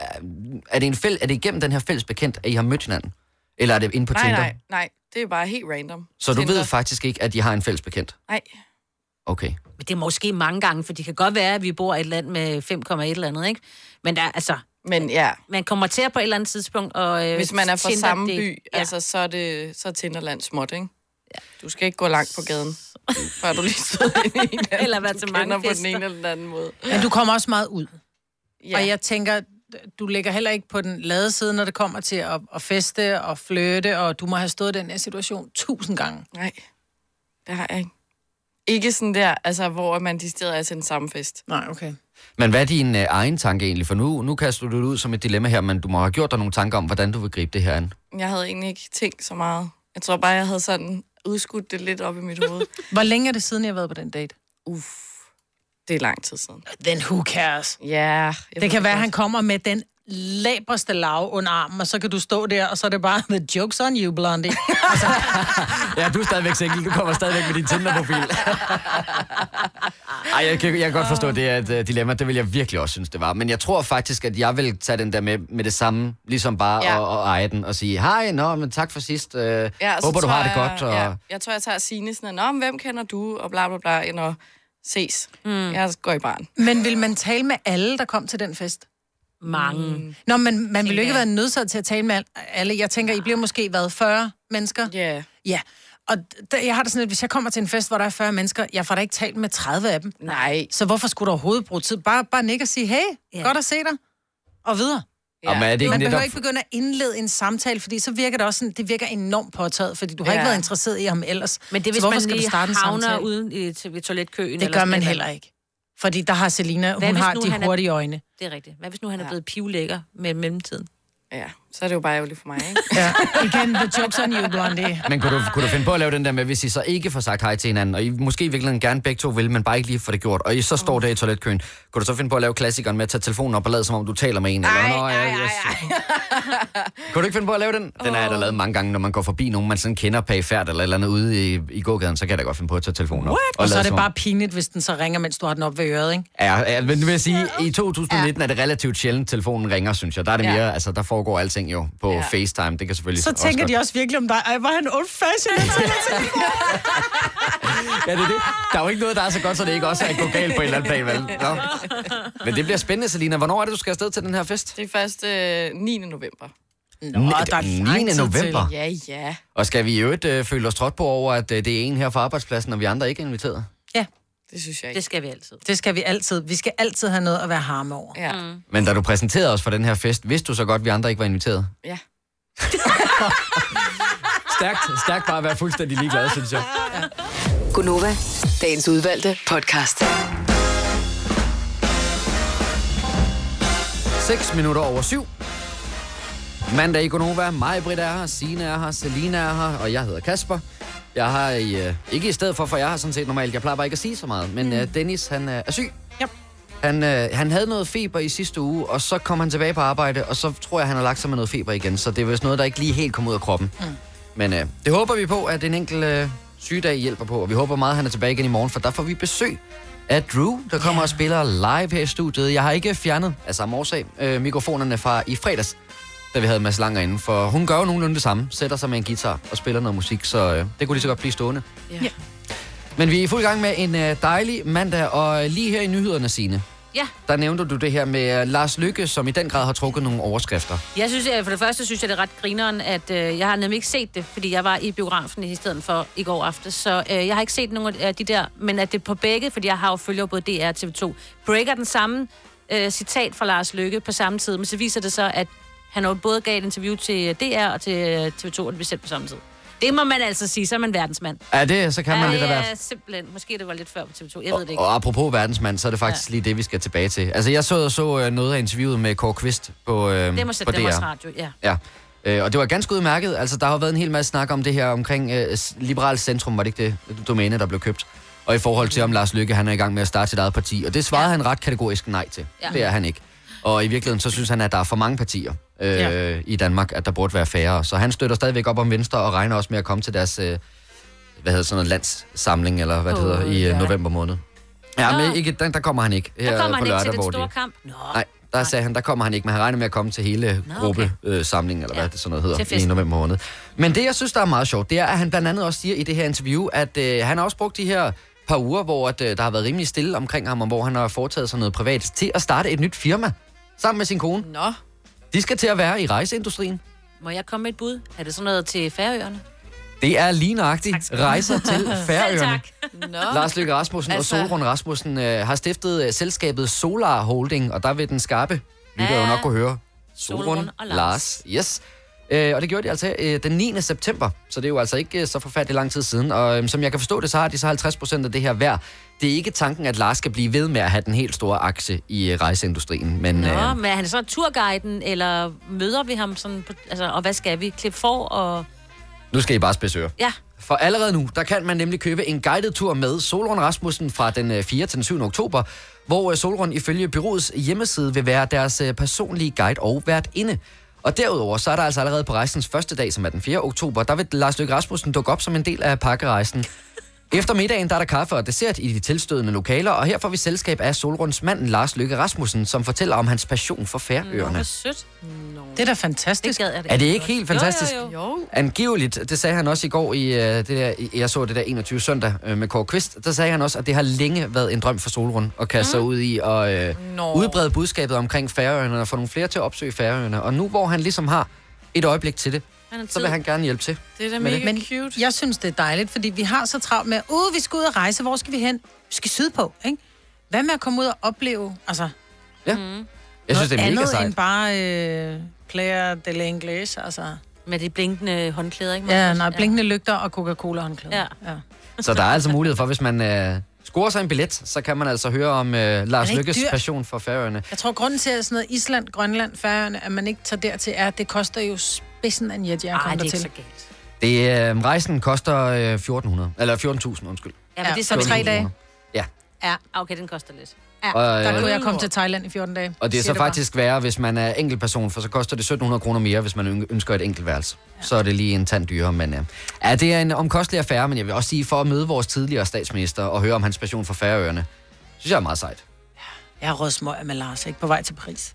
A: er det, en fæl, er det igennem den her fælles bekendt, at I har mødt hinanden? Eller er det inde på
B: nej,
A: Tinder?
B: nej, nej. Det er bare helt random.
A: Så du
B: Tinder.
A: ved faktisk ikke, at I har en fælles bekendt?
B: Nej.
A: Okay.
C: Men det er måske mange gange, for det kan godt være, at vi bor i et land med 5,1 eller andet, ikke? Men der, altså...
B: Men ja.
C: Man kommer til at på et eller andet tidspunkt og... Øh,
B: Hvis man er fra
C: Tinder,
B: samme
C: det-
B: by, ja. altså, så er, det, så er Tinderland småt, ikke? Du skal ikke gå langt på gaden, før du lige stod ind i hinanden.
C: Eller være
B: Du
C: til mange
B: kender på den
C: fester.
B: ene eller den anden måde.
D: Men du kommer også meget ud.
B: Ja.
D: Ja. Og jeg tænker, du ligger heller ikke på den lade side, når det kommer til at, at feste og flytte, og du må have stået i den her situation tusind gange.
B: Nej, det har jeg ikke. Ikke sådan der, altså, hvor man distilleret er til en samme fest.
D: Nej, okay.
A: Men hvad er din øh, egen tanke egentlig? For nu, nu kaster du det ud som et dilemma her, men du må have gjort dig nogle tanker om, hvordan du vil gribe det her an.
B: Jeg havde egentlig ikke tænkt så meget. Jeg tror bare, jeg havde sådan udskudt det lidt op i mit hoved.
D: Hvor længe er det siden, jeg har været på den date?
B: Uff, det er lang tid siden.
D: Then who cares?
B: Ja. Yeah,
D: Det kan være, at han kommer med den laberste lav under armen, og så kan du stå der, og så er det bare, the joke's on you, Blondie.
A: Ja, du er stadigvæk single. Du kommer stadigvæk med din Tinder-profil. Ej, jeg kan, jeg kan godt forstå, det er et uh, dilemma. Det vil jeg virkelig også synes, det var. Men jeg tror faktisk, at jeg vil tage den der med, med det samme. Ligesom bare
B: Ja.
A: ja. og, og eje den og sige, hej, nå, men tak for sidst. Uh, ja,
B: Ja, og så
A: håber, du
B: tror
A: har det
B: jeg,
A: godt. Og...
B: Ja, jeg tror, jeg tager Signe sådan, Nå, men hvem kender du? Og bla bla bla, end at ses. Mm. Jeg går i barn.
D: Men vil man tale med alle, der kom til den fest?
C: Mange.
B: Mm.
D: Nå, men man ville jo ikke være nødsaget til at tale med al- alle. Jeg tænker, I bliver måske været 40 mennesker.
B: Ja. Yeah.
D: Ja. Og der, jeg har det sådan lidt, hvis jeg kommer til en fest, hvor der er 40 mennesker, jeg får da ikke talt med 30 af dem.
B: Nej.
D: Så hvorfor skulle du overhovedet bruge tid? Bare, bare nikke og sige, hey, yeah. godt at se dig. Og videre.
A: Ja. Jamen, er det ikke
D: man behøver
A: netop-
D: ikke begynde at indlede en samtale, fordi så virker det også sådan, det virker enormt påtaget, fordi du har
C: Ja.
D: ikke været interesseret i ham ellers.
C: Men det er,
D: så
C: hvis
D: hvorfor
C: man
D: skal
C: lige
D: du starte en
C: havner
D: samtale?
C: uden i, til, ved toiletkøen.
D: Det
C: eller
D: gør
C: sådan
D: man
C: et eller
D: heller
C: andet.
D: ikke. Fordi der har Selina,
C: Hvad
D: hun
C: hvis
D: har
C: nu
D: de
C: han er-
D: hurtige øjne.
C: Det er rigtigt. Hvad hvis nu han er blevet pivlækker med mellemtiden?
B: Ja, så er det jo bare ærgerligt for mig, ikke?
D: ja, igen, the joke's on you, Blondie.
A: Men kunne du, kunne du finde på at lave den der med, hvis I så ikke får sagt hej til hinanden, og I måske i virkeligheden gerne begge to vil, men bare ikke lige får det gjort, og I så står der i toiletkøen, kunne du så finde på at lave klassikeren med at tage telefonen op og lade, som om du taler med en? Ej, eller, Nå, ja, yes. Kunne du ikke finde på at lave den? Den har jeg da lavet mange gange, når man går forbi nogen, man sådan kender pæfærd eller et eller andet ude i, i gågaden, så kan jeg da godt finde på at tage telefonen op.
D: Og så
A: lade,
D: er det
A: som om-
D: bare pinligt, hvis den så ringer, mens du har den op ved øret, ikke?
A: Ja, ja, men nu vil jeg sige, i 2019 er det relativt sjældent, telefonen ringer, synes jeg. Der er det
D: Ja.
A: mere, altså der foregår alting jo på
D: Ja.
A: FaceTime, det kan selvfølgelig
D: Så
A: også
D: tænker
A: godt-
D: de også virkelig om dig, ej, var han old fashioned?
A: Ja, det er det. Der er jo ikke noget, der er så godt, så det ikke også er gå galt på en eller anden plan, vel? Nå. Men det bliver spændende, Selina. Hvornår er det, du skal afsted til den her fest?
B: Det er først øh, 9. november.
A: Nå, der er 9. november.
B: Ja, ja.
A: Og skal vi i øvrigt øh, føle os trådt på over, at øh, det er en her fra arbejdspladsen, og vi andre ikke er inviteret?
D: ja.
B: Det synes jeg
C: ikke. Det skal vi altid.
D: Det skal vi altid. Vi skal altid have noget at være harme over.
B: Ja. Mm.
A: Men da du præsenterede os for den her fest, vidste du så godt, at vi andre ikke var inviteret?
B: Ja.
A: Stærkt, stærkt bare at være fuldstændig ligeglad, synes jeg.
E: Gunova, dagens udvalgte podcast.
A: 6 minutter over 7. Mandag i Gonova. Mig, Britt er her, Signe er her, Selina er her, og jeg hedder Kasper. Jeg har i, øh, ikke i stedet for, for jeg har sådan set normalt, jeg plejer bare ikke at sige så meget, men øh, Dennis, han øh, er syg.
D: Yep.
A: Han, øh, han havde noget feber i sidste uge, og så kom han tilbage på arbejde, og så tror jeg, han har lagt sig med noget feber igen, så det er vist noget, der ikke lige helt kom ud af kroppen. Mm. Men øh, det håber vi på, at en enkelt øh, sygedag hjælper på, og vi håber meget, at han er tilbage igen i morgen, for der får vi besøg af Drew, der kommer og spiller live her i studiet. Jeg har ikke fjernet, af samme årsag, øh, mikrofonerne fra i fredags, da vi havde Mads Langer inde, for hun gør jo nogenlunde det samme, sætter sig med en guitar og spiller noget musik, så øh, det kunne lige så godt blive stående.
C: Ja. ja.
A: Men vi er i fuld gang med en øh, dejlig mandag, og øh, lige her i nyhederne, Signe,
C: Ja.
A: der nævnte du det her med øh, Lars Lykke, som i den grad har trukket nogle overskrifter.
C: Jeg synes, øh, for det første synes jeg, det er ret grineren, at øh, jeg har nemlig ikke set det, fordi jeg var i biografen i stedet for i går aftes, så øh, jeg har ikke set nogen af de der, men at det er på begge, fordi jeg har jo følger både DR og TV2, breaker den samme øh, citat fra Lars Løkke på samme tid, men så viser det så, at han jo både gav et interview til DR og til øh, TV2, og det blev sendt på samme tid. Det må man altså sige, så er man verdensmand.
A: Ja, det så kan man
C: ja,
A: lidt af
C: det
A: hvert.
C: er simpelthen, måske det var lidt før på TV2, jeg ved det ikke.
A: Og apropos verdensmand, så er det faktisk ja. lige det, vi skal tilbage til. Altså, jeg så så øh, noget af interviewet med Kåre Kvist på, øh,
C: det må
A: på
C: sætte
A: DR.
C: Danmarks Radio, ja.
A: Ja. Øh, og det var ganske udmærket. Altså, der har jo været en hel masse snak om det her omkring øh, s- Liberal Centrum, var det ikke det domæne, der blev købt? Og i forhold til, om Lars Lykke han er i gang med at starte sit eget parti. Og det svarede han ret kategorisk nej til.
P: Ja.
A: Ja. Det er han ikke. Og i virkeligheden, så synes han, at der er for mange partier øh,
P: Ja.
A: ja. i Danmark, at der burde være færre. Så han støtter stadigvæk op om Venstre og regner også med at komme til deres, øh, hvad hedder sådan noget, landssamling, eller hvad det
C: Åh,
A: hedder, i øh,
C: ja.
A: november måned. Ja, men ikke, den, der kommer han ikke. Her
C: Der kommer
A: på
C: han ikke
A: lørdag,
C: til den
A: hvor de-
C: store kamp. Nå.
A: Nej, der sagde han, der kommer han ikke, men han regner med at komme til hele
C: Nå, okay.
A: gruppesamlingen, eller hvad det sådan noget
C: Til
A: hedder, i
C: festen.
A: november måned. Men det, jeg synes, der er meget sjovt, det er, at han blandt andet også siger i det her interview, at øh, han har også brugt de her par uger, hvor at, øh, der har været rimelig stille omkring ham, og hvor han har foretaget sig noget privat, til at starte et nyt firma sammen med sin kone.
B: Nå.
A: De skal til at være i rejseindustrien.
C: Må jeg komme med et bud? Er det sådan noget til Færøerne?
A: Det er lige nøjagtigt rejser til Færøerne.
C: Selv tak.
B: Nå.
A: Lars Løkke Rasmussen altså...
C: Altså-
A: og Solrun Rasmussen øh, har stiftet øh, selskabet Solar Holding, og der vil den skarpe lytter ja. jo
C: Ja.
A: nok kunne høre.
C: Solrun
A: Solrun
C: og Lars.
A: Lars. Yes. Øh, og det gjorde de altså øh, den 9. september, så det er jo altså ikke øh, så forfærdelig lang tid siden. Og øh, som jeg kan forstå det, så har de så 50 procent af det her hver. Det er ikke tanken, at Lars skal blive ved med at have den helt store aktie i øh, rejseindustrien. Men,
C: Nå,
A: øh,
C: ja. men er han så turguiden, eller møder vi ham sådan, på, altså, og hvad skal vi? Klip for og...
A: nu skal I bare spidse ører.
C: Ja,
A: For allerede nu, der kan man nemlig købe en guided tur med Solrun Rasmussen fra den øh, 4. til den 7. oktober, hvor øh, Solrun ifølge byrådets hjemmeside vil være deres øh, personlige guide og vært inde. Og derudover, så er der altså allerede på rejsens første dag, som er den 4. oktober, der vil Lars Løkke Rasmussen dukke op som en del af pakkerejsen. Efter middagen, der er der kaffe og dessert i de tilstødende lokaler, og her får vi selskab af Solrunds mand Lars Løkke Rasmussen, som fortæller om hans passion for Færøerne.
C: sødt.
D: Det er da fantastisk. Det
A: Er det ikke helt fantastisk?
C: Jo, jo,
B: jo.
A: Angiveligt, det sagde han også i går, i øh, det der, i- jeg så det der 21 søndag øh, med Kåre Kvist, der sagde han også, at det har længe været en drøm for Solrund at kaste
D: Mm.
A: sig ud i og øh,
B: Nå.
A: udbrede budskabet omkring færøerne og få nogle flere til at opsøge færøerne. Og nu hvor han ligesom har et øjeblik til det,
D: Han har
A: så vil
D: tid.
A: han gerne hjælpe til. med
D: Men cute. jeg synes, det er dejligt, fordi vi har så travlt med, uh, vi skal ud og rejse, hvor skal vi hen? Vi skal sydpå, ikke? Hvad med at komme ud og opleve, altså...
A: Ja.
D: Mm.
A: Jeg synes, det er mega
D: andet
A: sejt.
D: end bare øh, player de la English, altså...
C: Med de blinkende håndklæder, ikke?
D: Ja, nej, blinkende lygter og Coca-Cola håndklæder.
C: Ja.
D: ja.
A: Så der er altså mulighed for, hvis man øh, score sig en billet, så kan man altså høre om øh, Lars
D: ikke
A: Lykkes
D: dyrt?
A: passion for færøerne.
D: Jeg tror, grunden til, at sådan noget Island, Grønland, Færøerne, at man ikke tager dertil, er, at det koster jo spidsen af en jetjern at
A: Ej,
D: komme
A: det er
D: dertil.
A: ikke Det, øh, rejsen koster øh, 1400, eller 14.000, undskyld.
D: Ja, men det er så
A: 14.000
D: tre dage.
A: kroner. Ja,
D: Ja.
C: Okay, den koster lidt.
D: Ja,
A: Og,
D: der
A: øh,
D: kunne jeg komme til Thailand i 14 dage.
A: og det er
D: Siger
A: så
D: bare.
A: faktisk værre, hvis man er enkeltperson, for så koster det 1700 kroner mere, hvis man øn- ønsker et enkelt Ja. Så er det lige en tand dyrere, men øh, ja, det er en omkostelig affære, men jeg vil også sige, for at møde vores tidligere statsminister og høre om hans passion for færøerne, synes jeg er meget sejt.
D: Jeg har rødsmøger med Lars, ikke? På vej til Paris.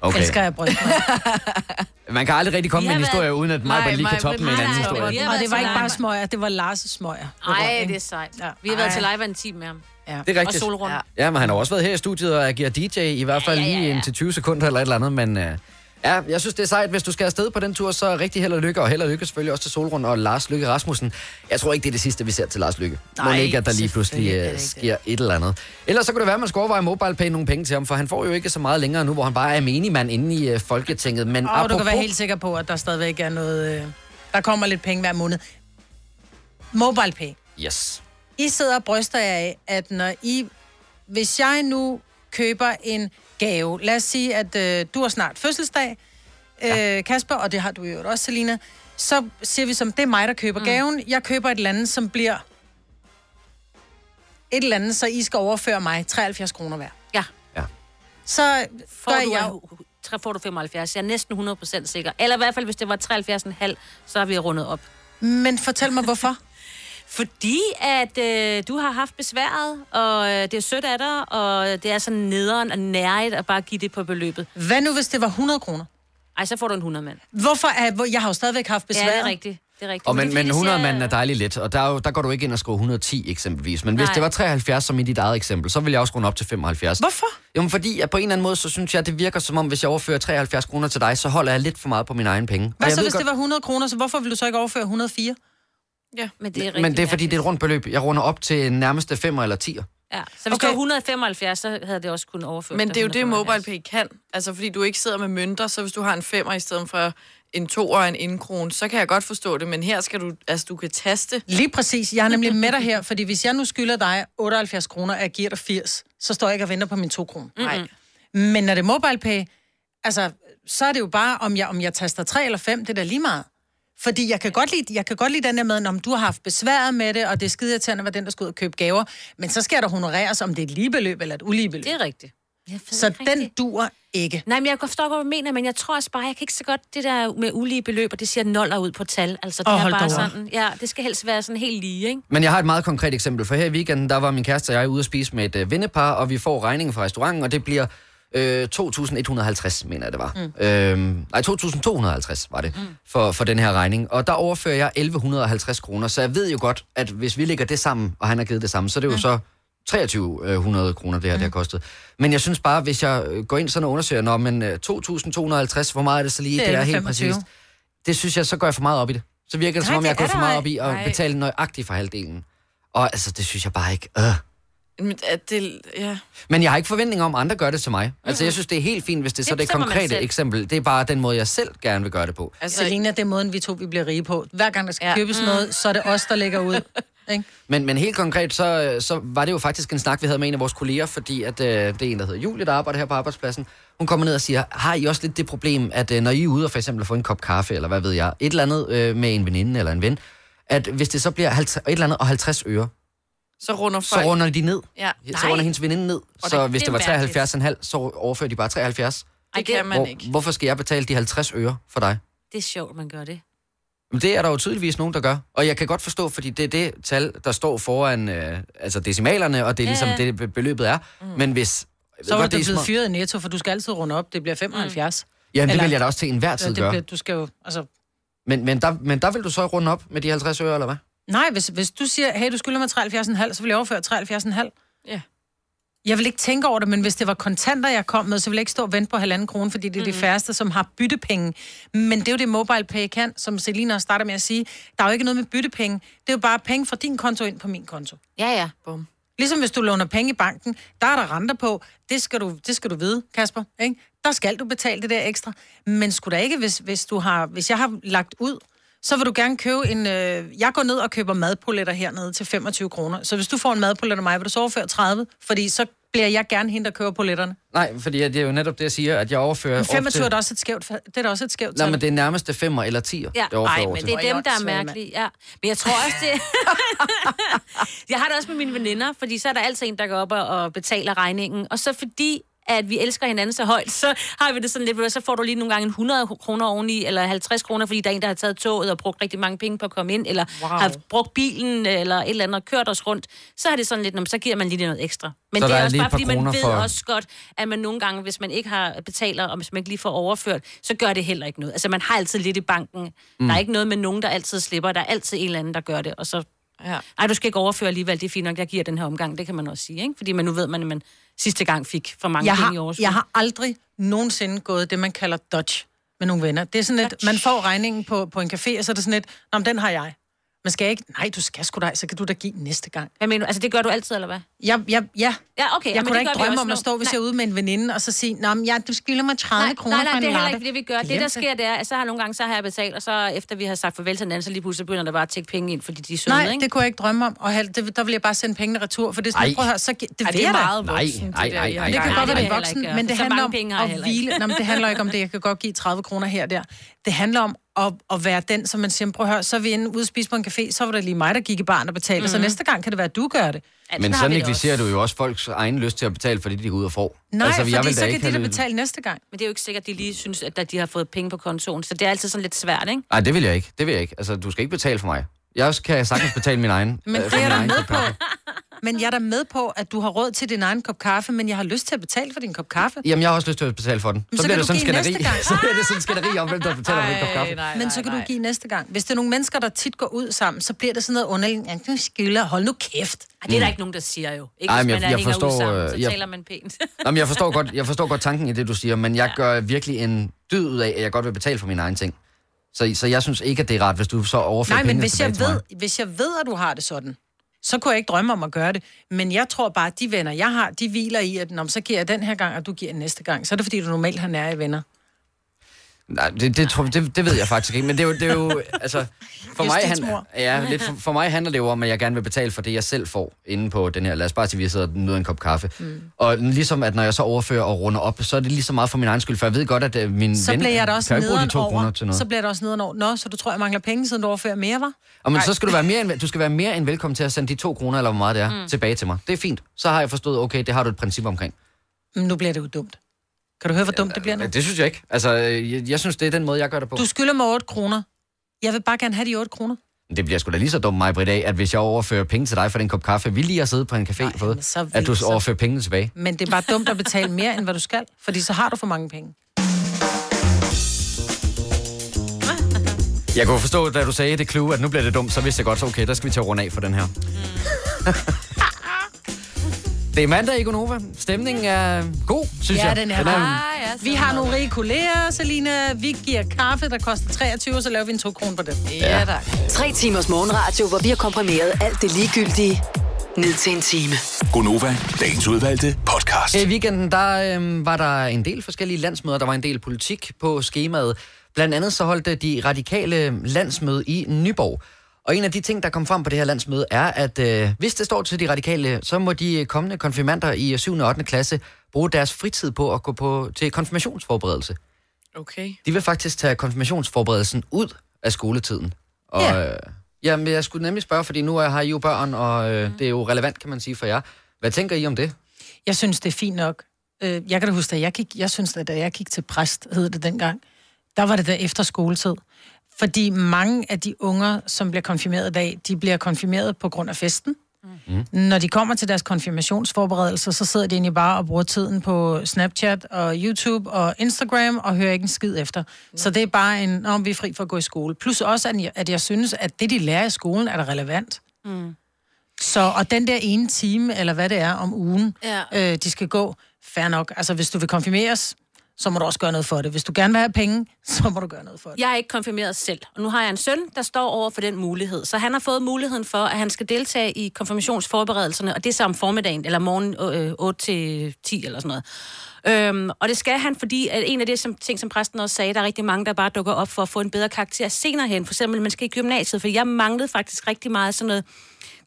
A: Okay.
D: Elsker jeg brødsmøger.
A: Man kan aldrig rigtig komme med en historie, uden at mig lige kan toppe med en anden historie.
D: Og det var ikke bare smøger, det var Lars' smøger.
C: Nej, det er sejt. Ja. Vi har været
D: Ej.
C: til live en time med ham.
D: Ja.
A: Det er rigtigt.
C: Og solrunde. Ja.
A: Ja, men han har også været her i studiet og agerer DJ, i hvert fald lige ind til 20 sekunder eller et eller andet, men øh, ja, jeg synes, det er sejt. Hvis du skal afsted på den tur, så rigtig held og lykke, og held og lykke selvfølgelig også til Solrund og Lars Lykke Rasmussen. Jeg tror ikke, det er det sidste, vi ser til Lars Lykke.
O: Nej,
A: Må ikke, at der lige
O: selvfølgelig
A: pludselig
O: er det
A: øh,
O: ikke
A: sker et eller andet. Ellers så kunne det være, at man skulle overveje MobilePay nogle penge til ham, for han får jo ikke så meget længere nu, hvor han bare er menigmand inde i øh, Folketinget. Men
D: Og du kan være helt sikker på, at der stadigvæk er noget... Øh, der kommer lidt penge hver måned. MobilePay.
A: Yes.
D: I sidder og bryster jer af, at når I... Hvis jeg nu køber en gave... Lad os sige, at øh, du har snart fødselsdag, øh, Kasper, og det har du jo også, Selina. Så siger vi som, det er mig, der køber mm. gaven. Jeg køber et eller andet, som bliver... Et eller andet, så I skal overføre mig 73 kroner hver.
C: Ja.
A: ja.
D: Så
C: Får
D: gør
C: du,
D: jeg...
C: en- tre- får du 75. Jeg er næsten 100% sikker. Eller i hvert fald, hvis det var 73,5, så har vi rundet op.
D: Men fortæl mig, hvorfor?
C: Fordi at øh, du har haft besværet, og øh, det er sødt af dig, og det er sådan nederen og nærigt at bare give det på beløbet.
D: Hvad nu, hvis det var 100 kroner?
C: Ej, så får du en 100 mand.
D: Hvorfor er... hvor- Jeg har jo stadigvæk haft besvær.
C: Ja, det er rigtigt. Det er rigtigt.
A: Og
C: det er
A: men,
C: fordi,
A: men
C: det ser-
A: 100 manden er dejlig let, og der, er jo- der går du ikke ind og skriver 110 eksempelvis. Men hvis
C: Nej.
A: det var 73, som i dit eget eksempel, så vil jeg også runde op til 75.
D: Hvorfor?
A: Jamen fordi, at på en eller anden måde, så synes jeg, det virker som om, hvis jeg overfører 73 kroner til dig, så holder jeg lidt for meget på mine egne penge. Og
D: Hvad
A: jeg
D: så,
A: ved
D: hvis det var 100 kroner, så hvorfor vil du så ikke overføre 104?
C: Ja, men det er
A: men det er fordi, det er et rundt beløb. Jeg runder op til nærmeste 5 eller 10'er.
C: Ja. Så hvis okay. det var 175, så havde det også kunnet overføre
B: Men det er jo det, MobilePay kan. Altså, fordi du ikke sidder med mønter, så hvis du har en femmer i stedet for en toer og en indkron, så kan jeg godt forstå det, men her skal du, altså, du kan taste.
D: Lige præcis. Jeg er nemlig med dig her, fordi hvis jeg nu skylder dig 78 kroner, og jeg giver dig 80, så står jeg ikke og venter på min 2 kroner.
B: Nej.
D: Men når det er MobilePay, altså, så er det jo bare, om jeg, om jeg taster 3 eller 5, det er da lige meget. Fordi jeg kan, godt lide, jeg kan godt lide den der med, om du har haft besværet med det, og det er skide irriterende, at være den, der skal ud og købe gaver. Men så skal der honoreres, om det er et ligebeløb eller et uligebeløb.
C: Det er rigtigt.
D: Så den dur ikke.
C: Nej, men jeg kan forstå, godt, hvad du mener, men jeg tror også bare, jeg kan ikke så godt det der med ulige beløb, og det siger noller ud på tal. Altså, det
A: Åh,
C: er
A: hold da
C: bare
A: op.
C: sådan, ja, det skal helst være sådan helt lige, ikke?
A: Men jeg har et meget konkret eksempel, for her i weekenden, der var min kæreste og jeg ude at spise med et øh, vennepar, og vi får regningen fra restauranten, og det bliver øh, 2.150, mener jeg det var. Mm. Øhm, nej, 2.250 var det, mm. for, for den her regning. Og der overfører jeg 1.150 kroner, så jeg ved jo godt, at hvis vi lægger det sammen, og han har givet det samme, så er det jo mm. så 2300 kroner, det her, mm. det har kostet. Men jeg synes bare, hvis jeg øh, går ind sådan og undersøger, nå, men øh, 2.250, hvor meget er det så lige,
D: Det
A: det
D: er
A: er, det er helt
D: 11,25.
A: præcist. Det synes jeg, så går jeg for meget op i det. Så virker det,
D: Nej,
A: som om
D: det
A: jeg går
D: er
A: for
D: der
A: meget
D: ej.
A: op i at
D: Nej.
A: betale nøjagtigt for halvdelen. Og altså, det synes jeg bare ikke. Øh.
B: Men at det, ja.
A: Men jeg har ikke forventning om, at andre gør det til mig. Altså, jeg synes, det er helt fint, hvis det, er så
D: Mhm. Det
A: det, det
D: bestemmer man
A: konkrete
D: selv.
A: eksempel. Det er bare den måde, jeg selv gerne vil gøre det på.
D: Altså, Selina, det er måden, vi to vi bliver rige på. Hver gang der skal ja. købes mm. noget, så er det os, der lægger ud. Ikke?
A: Men, men helt konkret, så, så var det jo faktisk en snak, vi havde med en af vores kolleger, fordi at, øh, det er en, der hedder Julie, der arbejder her på arbejdspladsen. Hun kommer ned og siger, har I også lidt det problem, at øh, når I er ude og for eksempel få en kop kaffe, eller hvad ved jeg, et eller andet øh, med en veninde eller en ven, at hvis det så bliver 50, et eller andet og 50 øre,
B: Så runder
A: så
B: folk.
A: runder de ned.
B: Ja.
A: Så runder hendes veninde ned.
B: Og
A: så
B: det-
A: hvis
B: det
A: det, var
B: er mærkeligt.
A: 73,5, så overfører de bare 73.
C: Ej, det kan man
A: Hvor,
C: ikke.
A: hvorfor skal jeg betale de 50 øre for dig?
C: Det er sjovt, man gør det.
A: Men det er der jo tydeligvis nogen, der gør. Og jeg kan godt forstå, fordi det er det tal, der står foran øh, altså decimalerne, og det er
D: Ja,
A: ligesom
D: ja.
A: det, be- beløbet er. Mm. Men hvis... jeg ved
D: Så var
A: godt,
D: du
A: det er
D: blevet
A: små-
D: fyret i Netto, for du skal altid runde op. Det bliver 75. Mm.
A: Jamen, det vil jeg da også til enhver tid gøre.
D: du skal jo, altså...
A: Men, men, der, men der vil du så runde op med de 50 øre, eller hvad?
D: Nej, hvis, hvis du siger, hey, du skylder mig 73,5, så vil jeg overføre 73,5.
B: Ja.
D: Jeg vil ikke tænke over det, men hvis det var kontanter, jeg kom med, så ville jeg ikke stå og vente på halvanden krone, fordi det er mm. de færreste, som har byttepenge. Men det er jo det, MobilePay kan, som Selina også starter med at sige. Der er jo ikke noget med byttepenge. Det er jo bare penge fra din konto ind på min konto.
C: Ja, ja.
B: Bum.
D: Ligesom hvis du låner penge i banken, der er der renter på. Det skal du, det skal du vide, Kasper. Ikke? Der skal du betale det der ekstra. Men skulle da ikke, hvis, hvis, du har, hvis jeg har lagt ud så vil du gerne købe en... Øh, jeg går ned og køber madpoletter hernede til 25 kroner. Så hvis du får en madpolet af mig, vil du så overføre 30? Fordi så bliver jeg gerne hende, der køber poletterne.
A: Nej, fordi det er jo netop det, jeg siger, at jeg overfører...
D: Men 25 er
A: ofte...
D: da også et skævt, fa- det er da også et skævt
A: Nej,
D: tal.
A: men det er nærmest femmer eller tier,
C: Ja,
A: jeg overfører
C: nej,
A: over
C: men
A: til.
C: det er dem, der er
D: Hvor er jeg
C: mærkelige. Ja. Men jeg tror også, det... jeg har det også med mine veninder, fordi så er der altid en, der går op og, og betaler regningen. Og så fordi at vi elsker hinanden så højt, så har vi det sådan lidt, ved du, så får du lige nogle gange en 100 kroner oveni, eller 50 kroner, fordi der er en, der har taget toget og brugt rigtig mange penge på at komme ind, eller wow. har brugt bilen, eller et eller andet, og kørt os rundt, så er det sådan lidt, "Nå, men så giver man lige noget ekstra. Men
A: Så
C: det
A: der
C: er
A: er
C: også
A: lige
C: bare,
A: et par
C: fordi man
A: kroner
C: ved
A: for-
C: også godt, at man nogle gange, hvis man ikke har betaler, og hvis man ikke lige får overført, så gør det heller ikke noget. Altså, man har altid lidt i banken. Mm.
A: Mm.
C: Der er ikke noget med nogen, der altid slipper. Der er altid en eller anden, der gør det, og så...
B: Ja.
C: Ej, du skal ikke overføre alligevel, det er fint nok, jeg giver den her omgang, det kan man også sige, ikke? Fordi man nu ved, man, at man sidste gang fik for mange
D: jeg
C: penge
D: har,
C: i overskud.
D: Jeg har aldrig nogensinde gået det, man kalder dodge med nogle venner. Det er sådan lidt, man får regningen på, på en café, og så er det sådan lidt, Nå, men den har jeg. Man skal jeg ikke, nej, du skal sgu dig, så kan du da give den næste gang.
C: Hvad mener du? Altså, det gør du altid, eller hvad?
D: Jeg, jeg, ja.
C: Ja, okay.
D: jeg
C: Jamen,
D: kunne
C: det
D: da ikke
C: gør vi
D: drømme
C: også
D: om
C: nu.
D: at stå, hvis
C: Nej.
D: jeg er ude med en veninde, og så sige, Nå, men jeg, du skylder mig 30
C: Nej,
D: kroner
C: nej,
D: for
C: nej,
D: en
C: det er heller ikke
D: latte."
C: det, vi gør. Det,
D: Glem
C: der sker, det er, at så har nogle gange, så har jeg betalt, og så efter vi har sagt farvel til hinanden, så lige pludselig begynder der bare at tække penge ind, fordi de er søde,
D: Nej,
C: ikke?
D: det kunne jeg ikke drømme om. Og hal- det, der vil jeg bare sende pengene retur, for det er sådan,
C: Ej.
D: prøv at høre, så, gi- det,
C: Ej, det
D: vil
C: er
D: jeg da.
C: meget voksen, Nej, det ej, der, ej, I har ej,
D: Det kan
C: gang.
D: godt
C: Nej, det vil jeg
D: være, det er
C: heller
D: voksen,
C: ikke
D: men
C: gøre,
D: det
C: for så
D: handler
C: mange
D: om
C: penge har jeg
D: at
C: heller ikke.
D: hvile. Nå, men det handler ikke om det, jeg kan godt give 30 kroner her og der. Det handler om at, at være den, som man siger, prøv at høre, så er vi inde ude at spise på en café, så var det lige mig, der gik i barn og betalte, så
A: Mhm.
D: næste gang kan det være, at du gør det.
A: Men så negligerer du jo også folks egen lyst til at betale for det, de går ud og får.
D: Nej,
A: Altså, jeg
D: fordi
A: vil da
D: så
A: ikke
D: kan de
A: have
D: da
A: det-
D: betale næste gang.
C: Men det er jo ikke sikkert, at de lige synes, at at de har fået penge på kontoen, så det er altid sådan lidt svært, ikke?
A: Nej, det vil jeg ikke. Det vil jeg ikke. Altså, du skal ikke betale for mig. Jeg kan sagtens betale min egen.
D: Men det er jeg da med på. Men jeg er da med på, at du har råd til din egen kop kaffe, men jeg har lyst til at betale for din kop kaffe.
A: Jamen, jeg har også lyst til at betale for den.
D: Men
A: så,
D: så
A: bliver
D: kan
A: det
D: du
A: sådan
D: give
A: en skænderi.
D: næste gang.
A: så bliver det sådan en skænderi om, hvem der betaler for en kop kaffe.
D: men så kan du give næste gang. Hvis det er nogle mennesker, der tit går ud sammen, så bliver det sådan noget underligt. Ja, du skylder, hold nu kæft.
C: Ej, det er der ikke nogen, der siger jo. Ikke,
A: Ej,
C: hvis
A: men
C: man
A: jeg-
C: er
A: jeg
C: hænger ud
A: forstår,
C: sammen,
A: øh,
C: så
A: jeg-
C: taler man pænt.
A: Nå, men jeg forstår, godt, jeg forstår godt tanken i det, du siger, men jeg gør virkelig en dyd ud af, at jeg godt vil betale for mine egne ting. Så, så jeg synes ikke, at det er rart, hvis du så overfører
D: Nej, men
A: pengene
D: hvis
A: tilbage
D: jeg,
A: til mig.
D: ved, hvis jeg ved, at du har det sådan, så kunne jeg ikke drømme om at gøre det. Men jeg tror bare, at de venner, jeg har, de hviler i, at Nå, men så giver jeg den her gang, og du giver næste gang. Så er det, fordi du normalt har nære venner.
A: Nej, det, det, tror, det, det ved jeg faktisk ikke, men det er jo, det er jo altså, for mig, han,
D: Justitsmord.
A: ja, lidt for, for mig handler det jo om, at jeg gerne vil betale for det, jeg selv får inde på den her, lad os bare sige, vi sidder og nyder en kop kaffe. Mm. Og ligesom, at når jeg så overfører og runder op, så er det lige så meget for min egen skyld, for jeg ved godt, at øh, min
D: Så
A: ven
D: bliver jeg da
A: kan
D: også
A: jo ikke bruge de
D: nederen
A: to kroner
D: over.
A: til noget.
D: Så bliver der også nederen over. Nå, så du tror, jeg mangler penge, siden du overfører mere, var?
A: Og men så skal du være mere end, du skal være mere end velkommen til at sende de to kroner, eller hvor meget det er,
D: Mm.
A: mm. tilbage til mig. Det er fint. Så har jeg forstået, okay, det har du et princip omkring.
D: Men nu bliver det jo dumt. Kan du høre, hvor dumt det bliver nu?
A: Men det synes jeg ikke. Altså, øh, jeg, jeg synes, det er den måde, jeg gør det på.
D: Du skylder mig 8 kroner. Jeg vil bare gerne have de 8 kroner.
A: Men Det bliver sgu da lige så dumt, mig, Britt, af, at hvis jeg overfører penge til dig for den kop kaffe, vi lige har siddet på en café, Nej,
D: så
A: fået,
D: vildt,
A: at du
D: så-
A: overfører pengene tilbage.
D: Men det er bare dumt at betale mere, end hvad du skal, fordi så har du for mange penge.
A: Jeg kunne forstå, da du sagde det clue, at nu bliver det dumt, så vidste jeg godt, så okay, der skal vi til at runde af for den her.
D: Mm.
A: det er mandag i Gonova. Stemningen er god, synes jeg.
D: ja, den er, bare, ja, Vi har nogle rige kolleger, Selina. Vi giver kaffe, der koster 23, og så laver vi en 2 kroner på den.
A: Ja,
D: tak.
E: Tre timers morgenradio, hvor vi har komprimeret alt det ligegyldige ned til en time.
F: Gonova, dagens udvalgte podcast.
A: I weekenden der, øh, var der en del forskellige landsmøder. Der var en del politik på skemaet. Blandt andet så holdt øh, de radikale landsmøde i Nyborg. Og en af de ting, der kom frem på det her landsmøde, er, at øh, hvis det står til de radikale, så må de øh, kommende konfirmander i 7. og 8. klasse bruge deres fritid på at gå på, til konfirmationsforberedelse.
B: Okay.
A: De vil faktisk tage konfirmationsforberedelsen ud af skoletiden. Og, ja. Øh, jamen, jeg skulle nemlig spørge, fordi nu øh, har I jo børn, og øh, det er jo relevant, kan man sige, for jer. Hvad tænker I om det?
D: Jeg synes, det er fint nok. Øh, Jeg kan da huske, at jeg, gik, jeg synes, at da jeg gik til præst, hed det dengang, der var det der efter skoletid. Fordi mange af de unger, som bliver konfirmeret i dag, de bliver konfirmeret på grund af festen. Mm. Når de kommer til deres konfirmationsforberedelser, så sidder de egentlig bare og bruger tiden på Snapchat og YouTube og Instagram og hører ikke en skid efter. Så det er bare en, om vi er fri for at gå i skole. Plus også, at jeg- at jeg synes, at det, de lærer i skolen, er da relevant.
C: Mm.
D: Så, og den der ene time, eller hvad det er om ugen,
C: Ja.
D: øh, de skal gå, fair nok. Altså, hvis du vil konfirmeres, så må du også gøre noget for det. Hvis du gerne vil have penge, så må du gøre noget for det.
C: Jeg er ikke konfirmeret selv, og nu har jeg en søn, der står over for den mulighed. Så han har fået muligheden for, at han skal deltage i konfirmationsforberedelserne, og det er så om formiddagen, eller morgen øh, 8 til 10 eller sådan noget. Øhm, og det skal han, fordi at en af de som, ting, som præsten også sagde, der er rigtig mange, der bare dukker op for at få en bedre karakter senere hen. For eksempel, man skal i gymnasiet, for jeg manglede faktisk rigtig meget sådan noget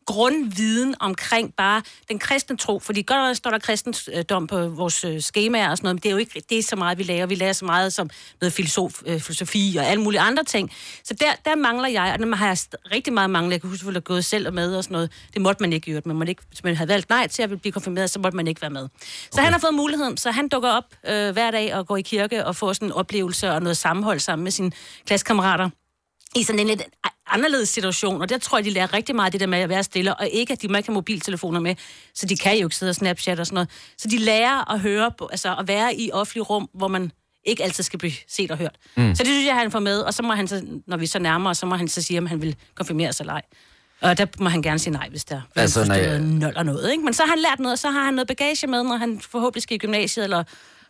C: grundviden omkring bare den kristne tro, fordi godt nok står der kristendom på vores øh, skemaer og sådan noget, men det er jo ikke det er så meget, vi laver. Vi lærer så meget som noget filosof, øh, filosofi og alle mulige andre ting. Så der, der mangler jeg, og dem har jeg st- rigtig meget manglet. Jeg kan huske, at jeg har gået selv og med og sådan noget. Det måtte man ikke gjort. Man måtte ikke, hvis man havde valgt nej til at ville blive konfirmeret, så måtte man ikke være med. Så okay. han har fået muligheden, så han dukker op øh, hver dag og går i kirke og får sådan en oplevelse og noget sammenhold sammen med sine klassekammerater i sådan en lidt anderledes situation, og der tror jeg, de lærer rigtig meget af det der med at være stille, og ikke, at de må ikke have mobiltelefoner med, så de kan jo ikke sidde og Snapchat og sådan noget. Så de lærer at høre, på, altså at være i offentlige rum, hvor man ikke altid skal blive set og hørt.
P: Mm.
C: Mm. Så det synes jeg, han får med, og så må han så, når vi så nærmer os, så må han så sige, om han vil konfirmere sig eller ej. Og der må han gerne sige nej, hvis der
A: Altså,
C: altså,
A: når jeg-
C: er nul og noget, ikke? Men så har han lært noget, og så har han noget bagage med, når han forhåbentlig skal i gymnasiet, eller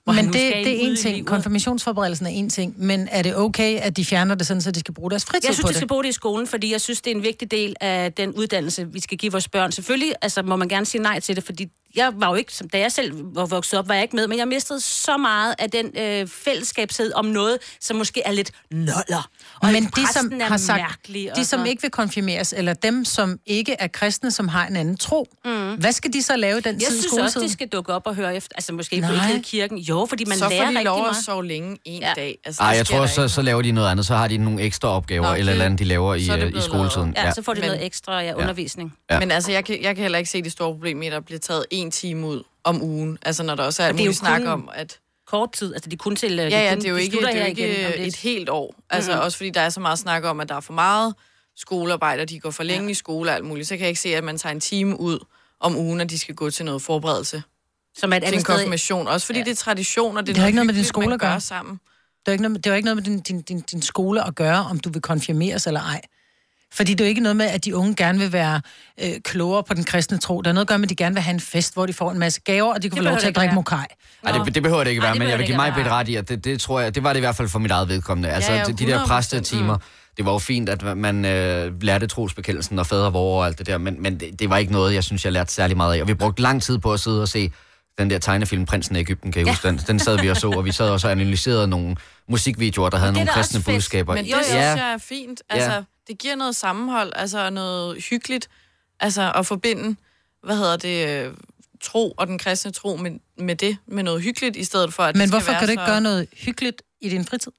C: hvor han
D: Men
C: nu
D: det,
C: skal
D: det er
C: ud i
D: en ting.
C: livet.
D: Konfirmationsforberedelsen er en ting. Men er det okay, at de fjerner det sådan, så de skal bruge deres fritid
C: Jeg synes,
D: på
C: de skal bruge det i skolen, fordi jeg synes, det er en vigtig del af den uddannelse, vi skal give vores børn. Selvfølgelig altså, må man gerne sige nej til det, fordi jeg var jo ikke, som da jeg selv var vokset op, var jeg ikke med, men jeg mistede så meget af den øh, fællesskabshed om noget, som måske er lidt noller. Og
D: Men
C: at
D: de, som
C: præsten er
D: har sagt,
C: mærkelig og
D: de,
C: sådan
D: som
C: noget.
D: ikke vil konfirmeres, eller dem, som ikke er kristne, som har en anden tro, mm. hvad skal de så lave i den
C: Jeg
D: tid i
C: synes
D: skoletiden?
C: også, de skal dukke op og høre efter. Altså måske ikke
D: Nej.
C: ikke i kirken. Jo, fordi man
B: så
C: lærer
B: får de
C: rigtig
B: lov at
C: meget.
B: sove længe en ja. dag. Altså,
A: Ej,
B: det
A: jeg
B: sker
A: tror,
B: der
A: så, så laver de noget andet. Så har de nogle ekstra opgaver,
B: Nå,
A: okay.
B: det-
A: eller et eller andet, de laver i,
B: så er det
A: øh, i
B: blevet
A: skoletiden.
B: lavet.
C: Ja, så får de
B: Men-
C: noget ekstra ja, undervisning.
A: Ja.
B: Men altså, jeg kan, jeg kan heller ikke se det store problem med, at der bliver taget en time ud om ugen. Altså, når der også er
C: Og
B: alt
C: det er jo
B: muligt snak
C: kun
B: om, at...
C: Kort tid, altså de kun til...
B: Ja,
C: de
B: ja,
C: kun-
B: det er jo
C: de
B: ikke, det
C: slutter
B: er jo
C: her
B: ikke
C: igen om
B: et
C: lidt.
B: helt år. Altså,
C: Mm.
B: mm. også fordi der er så meget snak om, at der er for meget skolearbejde, og de går for længe ja. i skole og alt muligt. Så kan jeg ikke se, at man tager en time ud om ugen, og de skal gå til noget forberedelse.
C: Som er et
B: til
C: andet
B: en
C: sted-
B: konfirmation. Også fordi ja. det er tradition, og det er
D: Det har ikke noget med din
B: hyggeligt, man
D: skole at
B: gør
D: gøre.
B: sammen.
D: Det er ikke noget, det er jo ikke noget med din, din, din, din skole at gøre, om du vil konfirmeres eller ej. Fordi det er jo ikke noget med, at de unge gerne vil være øh, klogere på den kristne tro. Der er noget at gøre med, at de gerne vil have en fest, hvor de får en masse gaver, og de kan
A: Det
D: få lov
A: behøver
D: til
A: det
D: at
A: ikke
D: drikke
A: være.
D: mokai.
A: Nej, det, det behøver det ikke være,
D: det
A: Ej, men jeg vil
D: behøver
A: give
D: det
A: mig
D: ikke
A: bedt ret i, at det, det tror jeg, det var det i hvert fald for mit eget vedkommende. Altså,
D: ja,
A: de, de der
D: 100%,
A: præstetimer, det var jo fint, at man øh, lærte trosbekendelsen og fader vor og alt det der, men, men det, det var ikke noget, jeg synes, jeg lærte særlig meget af. Og vi brugte lang tid på at sidde og se den der tegnefilm, Prinsen af Ægypten, kan jeg
C: Ja.
A: huske, den, den sad vi og så, og vi sad også og analyserede nogle musikvideoer, der havde
B: Det er
A: nogle
B: da
A: kristne
B: også fedt,
A: budskaber.
B: Men det synes jeg er fint. Altså,
A: Ja.
B: det giver noget sammenhold, altså noget hyggeligt, altså at forbinde, hvad hedder det, øh, tro og den kristne tro med, med det, med noget hyggeligt, i stedet for, at
D: Men
B: det skal
D: hvorfor
B: være
D: kan du ikke
B: så...
D: gøre noget hyggeligt i din fritid?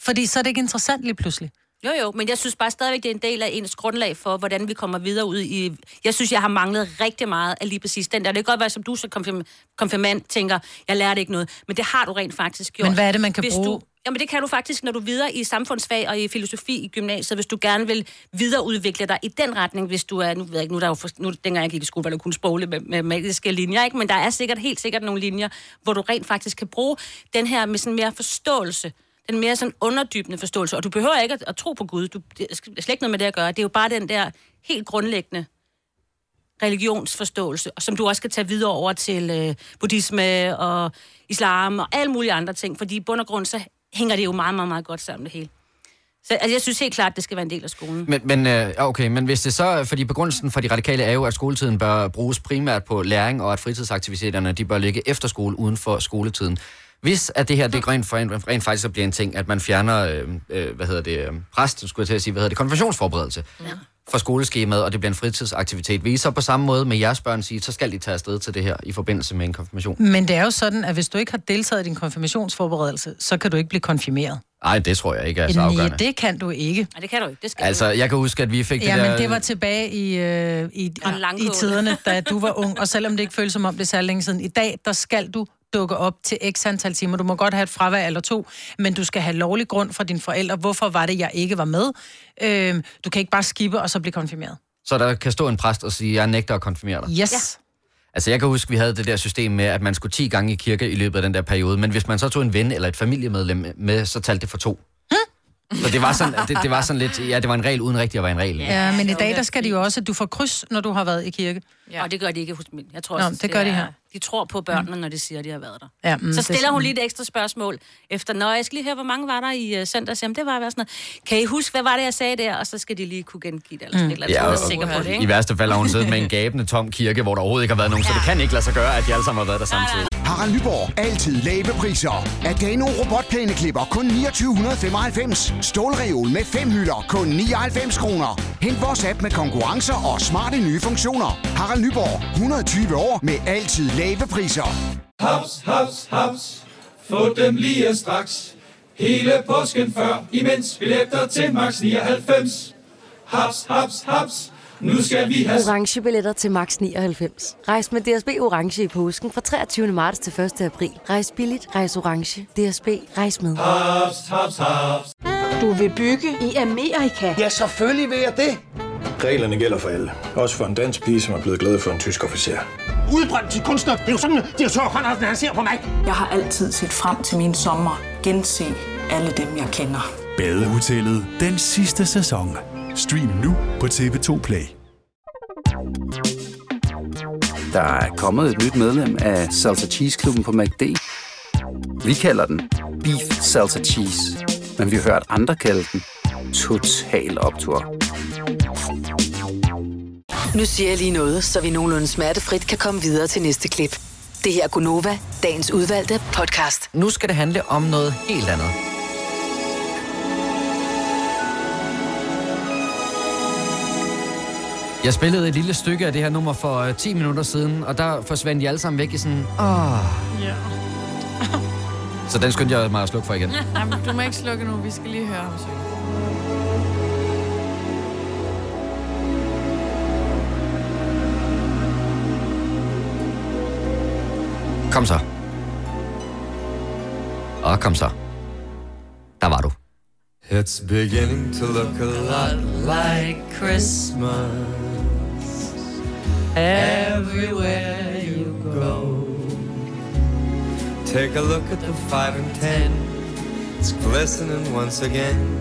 D: Fordi så er det ikke interessant lige pludselig.
C: Jo, jo, men jeg synes bare stadigvæk, det er en del af ens grundlag for, hvordan vi kommer videre ud i... Jeg synes, jeg har manglet rigtig meget af lige præcis den der. Det kan godt være, som du så konfirm- konfirmand tænker, jeg lærte ikke noget, men det har du rent faktisk gjort.
D: Men hvad er det, man kan
C: hvis
D: bruge?
C: Du, jamen det kan du faktisk, når du er videre i samfundsfag og i filosofi i gymnasiet, hvis du gerne vil videreudvikle dig i den retning, hvis du er, nu ved jeg ikke, nu, er der jo for, nu dengang jeg gik i skole, var det jo kun sproglig med, med magiske linjer, ikke? men der er sikkert helt sikkert nogle linjer, hvor du rent faktisk kan bruge den her med sådan mere forståelse, den mere sådan underdybende forståelse, og du behøver ikke at, at tro på Gud, du, det er slet ikke noget med det at gøre, det er jo bare den der helt grundlæggende religionsforståelse, og som du også skal tage videre over til øh, buddhisme og islam og alle mulige andre ting, fordi i bund og grund, så hænger det jo meget, meget, meget godt sammen det hele. Så altså, jeg synes helt klart, det skal være en del af skolen.
A: Men, men, øh, okay, men hvis det så, fordi begrundelsen for de radikale er jo, at skoletiden bør bruges primært på læring, og at fritidsaktiviteterne de bør ligge efter skole uden for skoletiden. Hvis at det her det rent, rent, rent faktisk så bliver en ting, at man fjerner, øh, øh, hvad hedder det, øh, præst, skulle jeg til at sige, hvad hedder det, konfirmationsforberedelse ja. fra skoleskemaet, og det bliver en fritidsaktivitet. Vil I så på samme måde med jeres børn sige, så skal de tage afsted til det her i forbindelse med en konfirmation?
D: Men det er jo sådan, at hvis du ikke har deltaget i din konfirmationsforberedelse, så kan du ikke blive konfirmeret.
A: Nej, det tror jeg ikke er så
D: Nej,
A: afgørende.
D: det kan du ikke.
C: Nej, det kan du ikke. Det skal
A: Altså, jeg kan huske, at vi fik det
D: Ja,
A: der...
D: men det var tilbage i, øh, i, i tiderne, da du var ung, og selvom det ikke føles som om det er særlig længe siden, i dag, der skal du dukke op til x antal timer. Du må godt have et fravær eller to, men du skal have lovlig grund fra dine forældre. Hvorfor var det, jeg ikke var med? Øh, du kan ikke bare skippe og så blive konfirmeret.
A: Så der kan stå en præst og sige, jeg nægter at konfirmere dig.
D: Yes. Ja.
A: Altså, jeg kan huske, vi havde det der system med, at man skulle 10 gange i kirke i løbet af den der periode, men hvis man så tog en ven eller et familiemedlem med, så talte det for to. Så det var, sådan, det, det var sådan lidt, ja, det var en regel uden rigtig at være en regel. ikke?
D: Ja, men i dag, der skal de jo også, at du får kryds, når du har været i kirke.
C: Ja. Og det gør de ikke hos min. Jeg tror
D: Nå,
C: også,
D: det gør de
C: er-
D: her.
C: De tror på børnene, når de siger, at de har været der.
D: Ja,
C: Mm, så stiller hun lige
D: det.
C: et ekstra spørgsmål efter, når jeg skal lige høre, hvor mange var der i uh, søndags? Jamen, det var jeg sådan noget. Kan I huske, hvad var det, jeg sagde der? Og så skal de lige kunne gengive det, eller sådan mm. et eller andet. Ja,
A: og-
C: jeg er sikker på det, ikke?
A: I værste fald har hun siddet med en gabende tom kirke, hvor der overhovedet ikke har været nogen, så det kan ikke lade sig gøre, at de alle sammen har været der samtidig.
P: Harald Nyborg. Altid lave priser. Adano robotplæneklipper kun 2995. Stålreol med fem hylder kun 99 kroner. Hent vores app med konkurrencer og smarte nye funktioner. Harald Nyborg. 120 år med altid lave priser.
J: Haps, haps, haps. Få dem lige straks. Hele påsken før, imens billetter til max 99. Haps, haps, haps. Nu skal vi have
K: Orange billetter til max 99. Rejs med DSB Orange i påsken fra 23. marts til 1. april. Rejs billigt, rejs orange. DSB, rejs med.
J: Haps, haps, haps.
Q: Du vil bygge i Amerika? Ja, selvfølgelig vil jeg det.
L: Reglerne gælder for alle. Også for en dansk pige, som er blevet glad for en tysk officer.
M: Udbrændt til kunstner. Det er jo sådan, at de har tørt, han ser på mig. Jeg har altid set frem til min sommer. Gense alle dem, jeg kender.
N: Badehotellet den sidste sæson. Stream nu på TV2 Play.
O: Der er kommet et nyt medlem af Salsa Cheese Klubben på MACD. Vi kalder den Beef Salsa Cheese, men vi har hørt andre kalde den Total Optor.
E: Nu siger jeg lige noget, så vi nogenlunde smertefrit kan komme videre til næste klip. Det her er Gunova, dagens udvalgte podcast.
A: Nu skal det handle om noget helt andet. Jeg spillede et lille stykke af det her nummer for øh, 10 minutter siden, og der forsvandt de alle sammen væk i sådan... Åh.
B: Ja.
A: Så den skyndte jeg mig at slukke for igen.
B: Jamen, du må ikke slukke nu. Vi skal lige høre ham synge.
A: Kom så. Og kom så. Der var du.
R: It's beginning to look a lot like Christmas everywhere you go. Take a look at the five and ten, it's glistening once again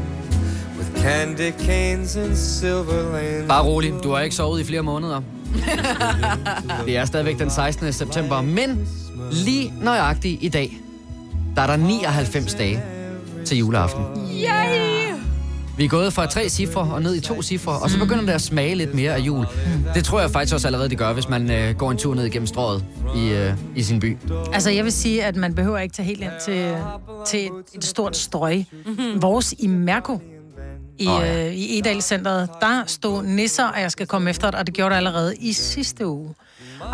R: with candy canes and silver lanes.
A: Bare rolig, du har ikke sovet i flere måneder. Det er stadigvæk den 16. september, men lige nøjagtigt i dag, der er der 99 dage til juleaften.
B: Yay!
A: Vi er gået fra tre cifre og ned i to cifre, og
C: Mm.
A: så begynder det at smage lidt mere af jul. Det tror jeg faktisk også allerede, det gør, hvis man øh, går en tur ned igennem strået i, øh, i sin by.
D: Altså, jeg vil sige, at man behøver ikke tage helt ind til, til et stort strøg.
C: Mhm.
D: Vores i Mærko, i,
A: Åh,
D: oh,
A: ja.
D: ja. øh, i Edal-centret, der stod nisser, og jeg skal komme efter det, og det gjorde det allerede i sidste uge.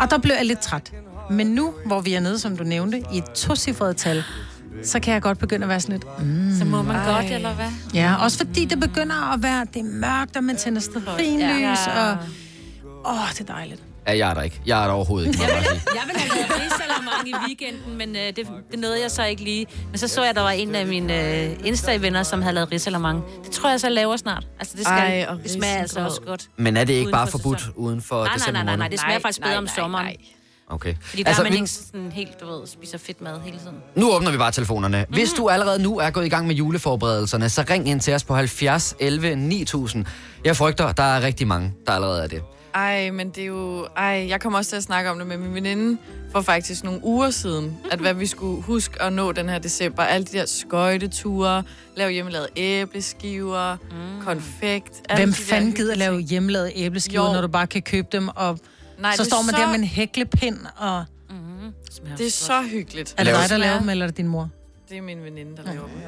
D: Og der blev jeg lidt træt. Men nu, hvor vi er nede, som du nævnte, i et tocifret tal, så kan jeg godt begynde at være sådan lidt... Mm,
C: Så må man
D: ej.
C: godt, eller hvad?
D: Ja, også fordi det begynder at være, det er mørkt, og man tænder sterinlys,
C: Ja.
D: ja. og... Åh, oh, det er dejligt.
A: Ja, jeg er der ikke. Jeg er der overhovedet ikke. må jeg bare sige.
C: Jeg ville have været risalamang i weekenden, men øh, det, det nåede jeg så ikke lige. Men så så jeg, at der var en af mine øh, Insta-venner, som havde lavet risalamang. Det tror jeg så jeg laver snart. Altså, det, skal,
B: Ej,
C: Ej,
B: og
C: det smager altså
B: risengrød.
C: også godt.
A: Men er det ikke
C: Uden
A: bare
C: for
A: forbudt uden for
C: Nej, nej,
A: december
C: nej, nej, nej.
A: måned?
C: Det smager
B: Nej,
C: faktisk
B: nej,
C: bedre om
B: nej,
C: sommeren.
B: nej.
A: Okay.
C: Fordi der altså, er man
A: vi-
C: ikke sådan helt, du ved, spiser fedt mad hele tiden.
A: Nu åbner vi bare telefonerne. Hvis
C: Mhm.
A: du allerede nu er gået i gang med juleforberedelserne, så ring ind til os på 70 11 9000. Jeg frygter, der er rigtig mange, der allerede er det.
B: Ej, men det er jo... Ej, jeg kom også til at snakke om det med min veninde for faktisk nogle uger siden, at hvad vi skulle huske at nå den her december. Alle de der skøjteture, lave hjemmelavede æbleskiver, mm. konfekt. alle
D: Hvem
B: de der
D: fanden gider lave hjemmelavede æbleskiver,
B: Jo.
D: jo. når du bare kan købe dem, og
B: Nej,
D: Nej, så
B: det er
D: står man så...
B: så-
D: der med en hæklepind, og...
B: hyggelige- Det er så hyggeligt.
D: Er det dig, der laver dem, eller er det din mor?
B: Det er min veninde, der laver dem.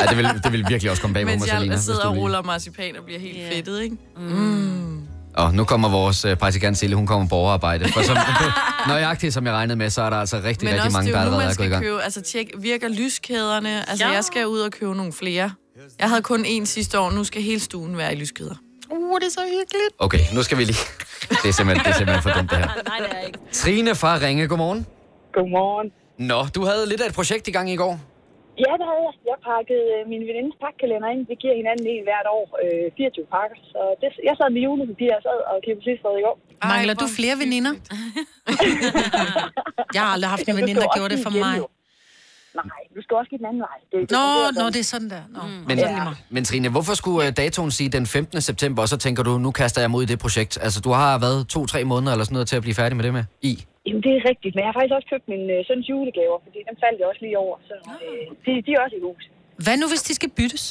A: Ja, det vil, det vil virkelig også komme bag på mig,
B: Mens
A: Selina.
B: jeg
A: hvis
B: sidder
A: du
B: og
A: lige-
B: ruller marcipan og bliver helt yeah. fedtet, ikke? Mm.
A: Og nu kommer vores øh, praktikant Sille, hun kommer på overarbejde. For som, nøjagtigt som jeg regnede med, så er der altså rigtig,
B: Men
A: rigtig
B: også,
A: mange,
B: det
A: der
B: er jo nu,
A: allerede
B: man
A: er gået i
B: skal
A: gang.
B: købe. Altså, tjek, virker lyskæderne? Altså, ja. jeg skal ud og købe nogle flere. Jeg havde kun en sidste år, nu skal hele stuen være i lyskæder. Uh, det er så hyggeligt.
A: Okay, nu skal vi lige... Det er simpelthen, det er simpelthen for dumt, det her. Trine fra Ringe, godmorgen.
S: Godmorgen.
A: Nå, du havde lidt af et projekt i gang i går.
S: Ja, det havde jeg. Jeg pakkede øh, min venindes pakkalender ind. Vi giver hinanden en hvert år øh, 24 pakker. Så det, jeg sad med julepapir og sad og kiggede præcis i går.
D: Mangler du flere veninder? jeg har aldrig haft en
S: Jamen,
D: veninde,
S: det
D: der
S: var
D: gjorde
S: også
D: det for
S: igen,
D: mig.
S: jo. Nej, du skal også give den anden vej. Det,
D: Nå,
S: fungerer
D: nå,
S: sådan.
D: det er sådan der. Nå. Mm.
A: Men, ja. men Trine, hvorfor skulle øh, datoen sige den 15. september, og så tænker du, nu kaster jeg mod i det projekt? Altså, du har været to-tre måneder eller sådan noget til at blive færdig med det med? I?
S: Jamen, det er rigtigt, men jeg har faktisk også købt min øh, søns julegaver, fordi dem faldt jeg også lige over, så øh, de, de er også i hus.
D: Ah. Hvad nu, hvis de skal byttes?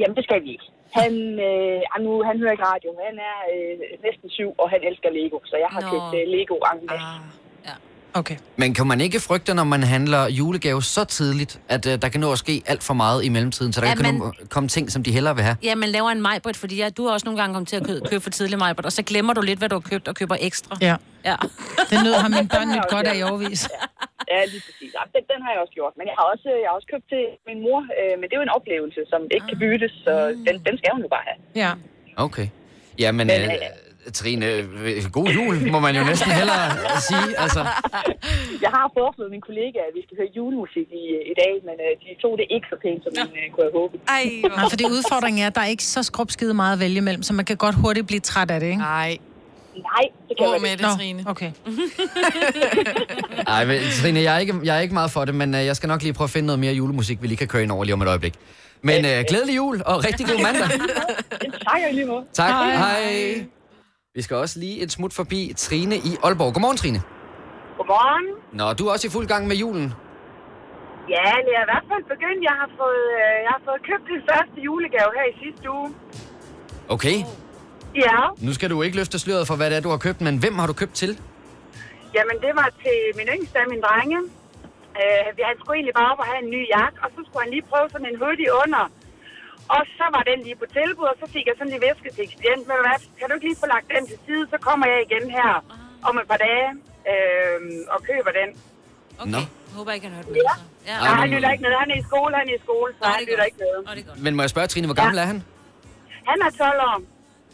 S: Jamen, det skal vi ikke. Han, øh, ah, nu, han hører ikke radio, men han er øh, næsten syv, og han elsker Lego, så jeg har
D: Nå.
S: Nå. købt øh, Lego angst. Ah.
D: Okay.
A: Men kan man ikke frygte, når man handler julegave så tidligt, at øh, der kan nå at ske alt for meget i mellemtiden, så der
C: Ja,
A: kan
C: men-
A: nå at komme ting, som de hellere vil have?
C: Ja, man laver en majbrit, fordi ja, du har også nogle gange kommet til at kø- købe for tidlig majbrit, og så glemmer du lidt, hvad du har købt, og køber ekstra.
D: Ja.
C: ja.
D: Det nød har mine børn nyt godt af i overvis.
S: Ja, lige præcis. Ja, den, den har jeg også gjort, men jeg har også, øh, jeg har også købt til min mor, øh, men det er jo en oplevelse, som ikke kan byttes, så den, den skal hun jo bare have.
D: Ja.
A: Okay. Jamen, øh, Trine, øh, god jul, må man jo næsten hellere sige. Altså,
S: øh, Jeg har foreslået min kollega, at vi skal høre julemusik i, øh, i dag, men øh, de tog det ikke så pænt, som man øh, kunne have håbet.
B: Ej,
D: Nej, fordi udfordringen er, at der er ikke så skrubskide meget at vælge imellem, så man kan godt hurtigt blive træt af det, ikke?
B: Nej.
S: Nej, det kan
B: Gå
S: man
B: med
S: ikke.
B: det,
S: Nå.
B: Trine.
D: Okay.
C: Mhm.
A: ej, men, Trine, jeg er, ikke, jeg er ikke meget for det, men øh, jeg skal nok lige prøve at finde noget mere julemusik, vi lige kan køre ind over lige om et øjeblik. Men øh, glædelig jul, og rigtig god mandag.
S: Tak, og i lige måde.
A: Tak. Hej. Vi skal også lige et smut forbi Trine i Aalborg. Godmorgen, Trine.
T: Godmorgen.
A: Nå, du er også i fuld gang med julen.
T: Ja, det er i hvert fald begyndt. Jeg har fået, øh, jeg har fået købt min første julegave her i sidste uge.
A: Okay,
T: Ja,
A: nu skal du ikke løfte sløret for, hvad det er, du har købt, men hvem har du købt til?
T: jamen det var til min yngste af mine drenge. Øh, vi- han skulle egentlig bare op og have en ny jakke, og så skulle han lige prøve sådan en hoodie under. Og så var den lige på tilbud, og så fik jeg sådan lige væsket til ekspedient. Men hvad, kan du ikke lige få lagt den til side, så kommer jeg igen her
C: Ah.
T: om et par dage øh, og køber den.
C: Okay.
A: Nå.
C: Jeg håber ikke, han hørte med. altså. Ja.
T: Ja.
A: Ej,
T: Ej, han
A: men-
T: lytter ikke noget. Han er i skole, han er i skole, så
C: Nå, det er
T: han lytter ikke noget.
A: Men må jeg spørge, Trine, hvor gammel er han?
T: Han er 12 år.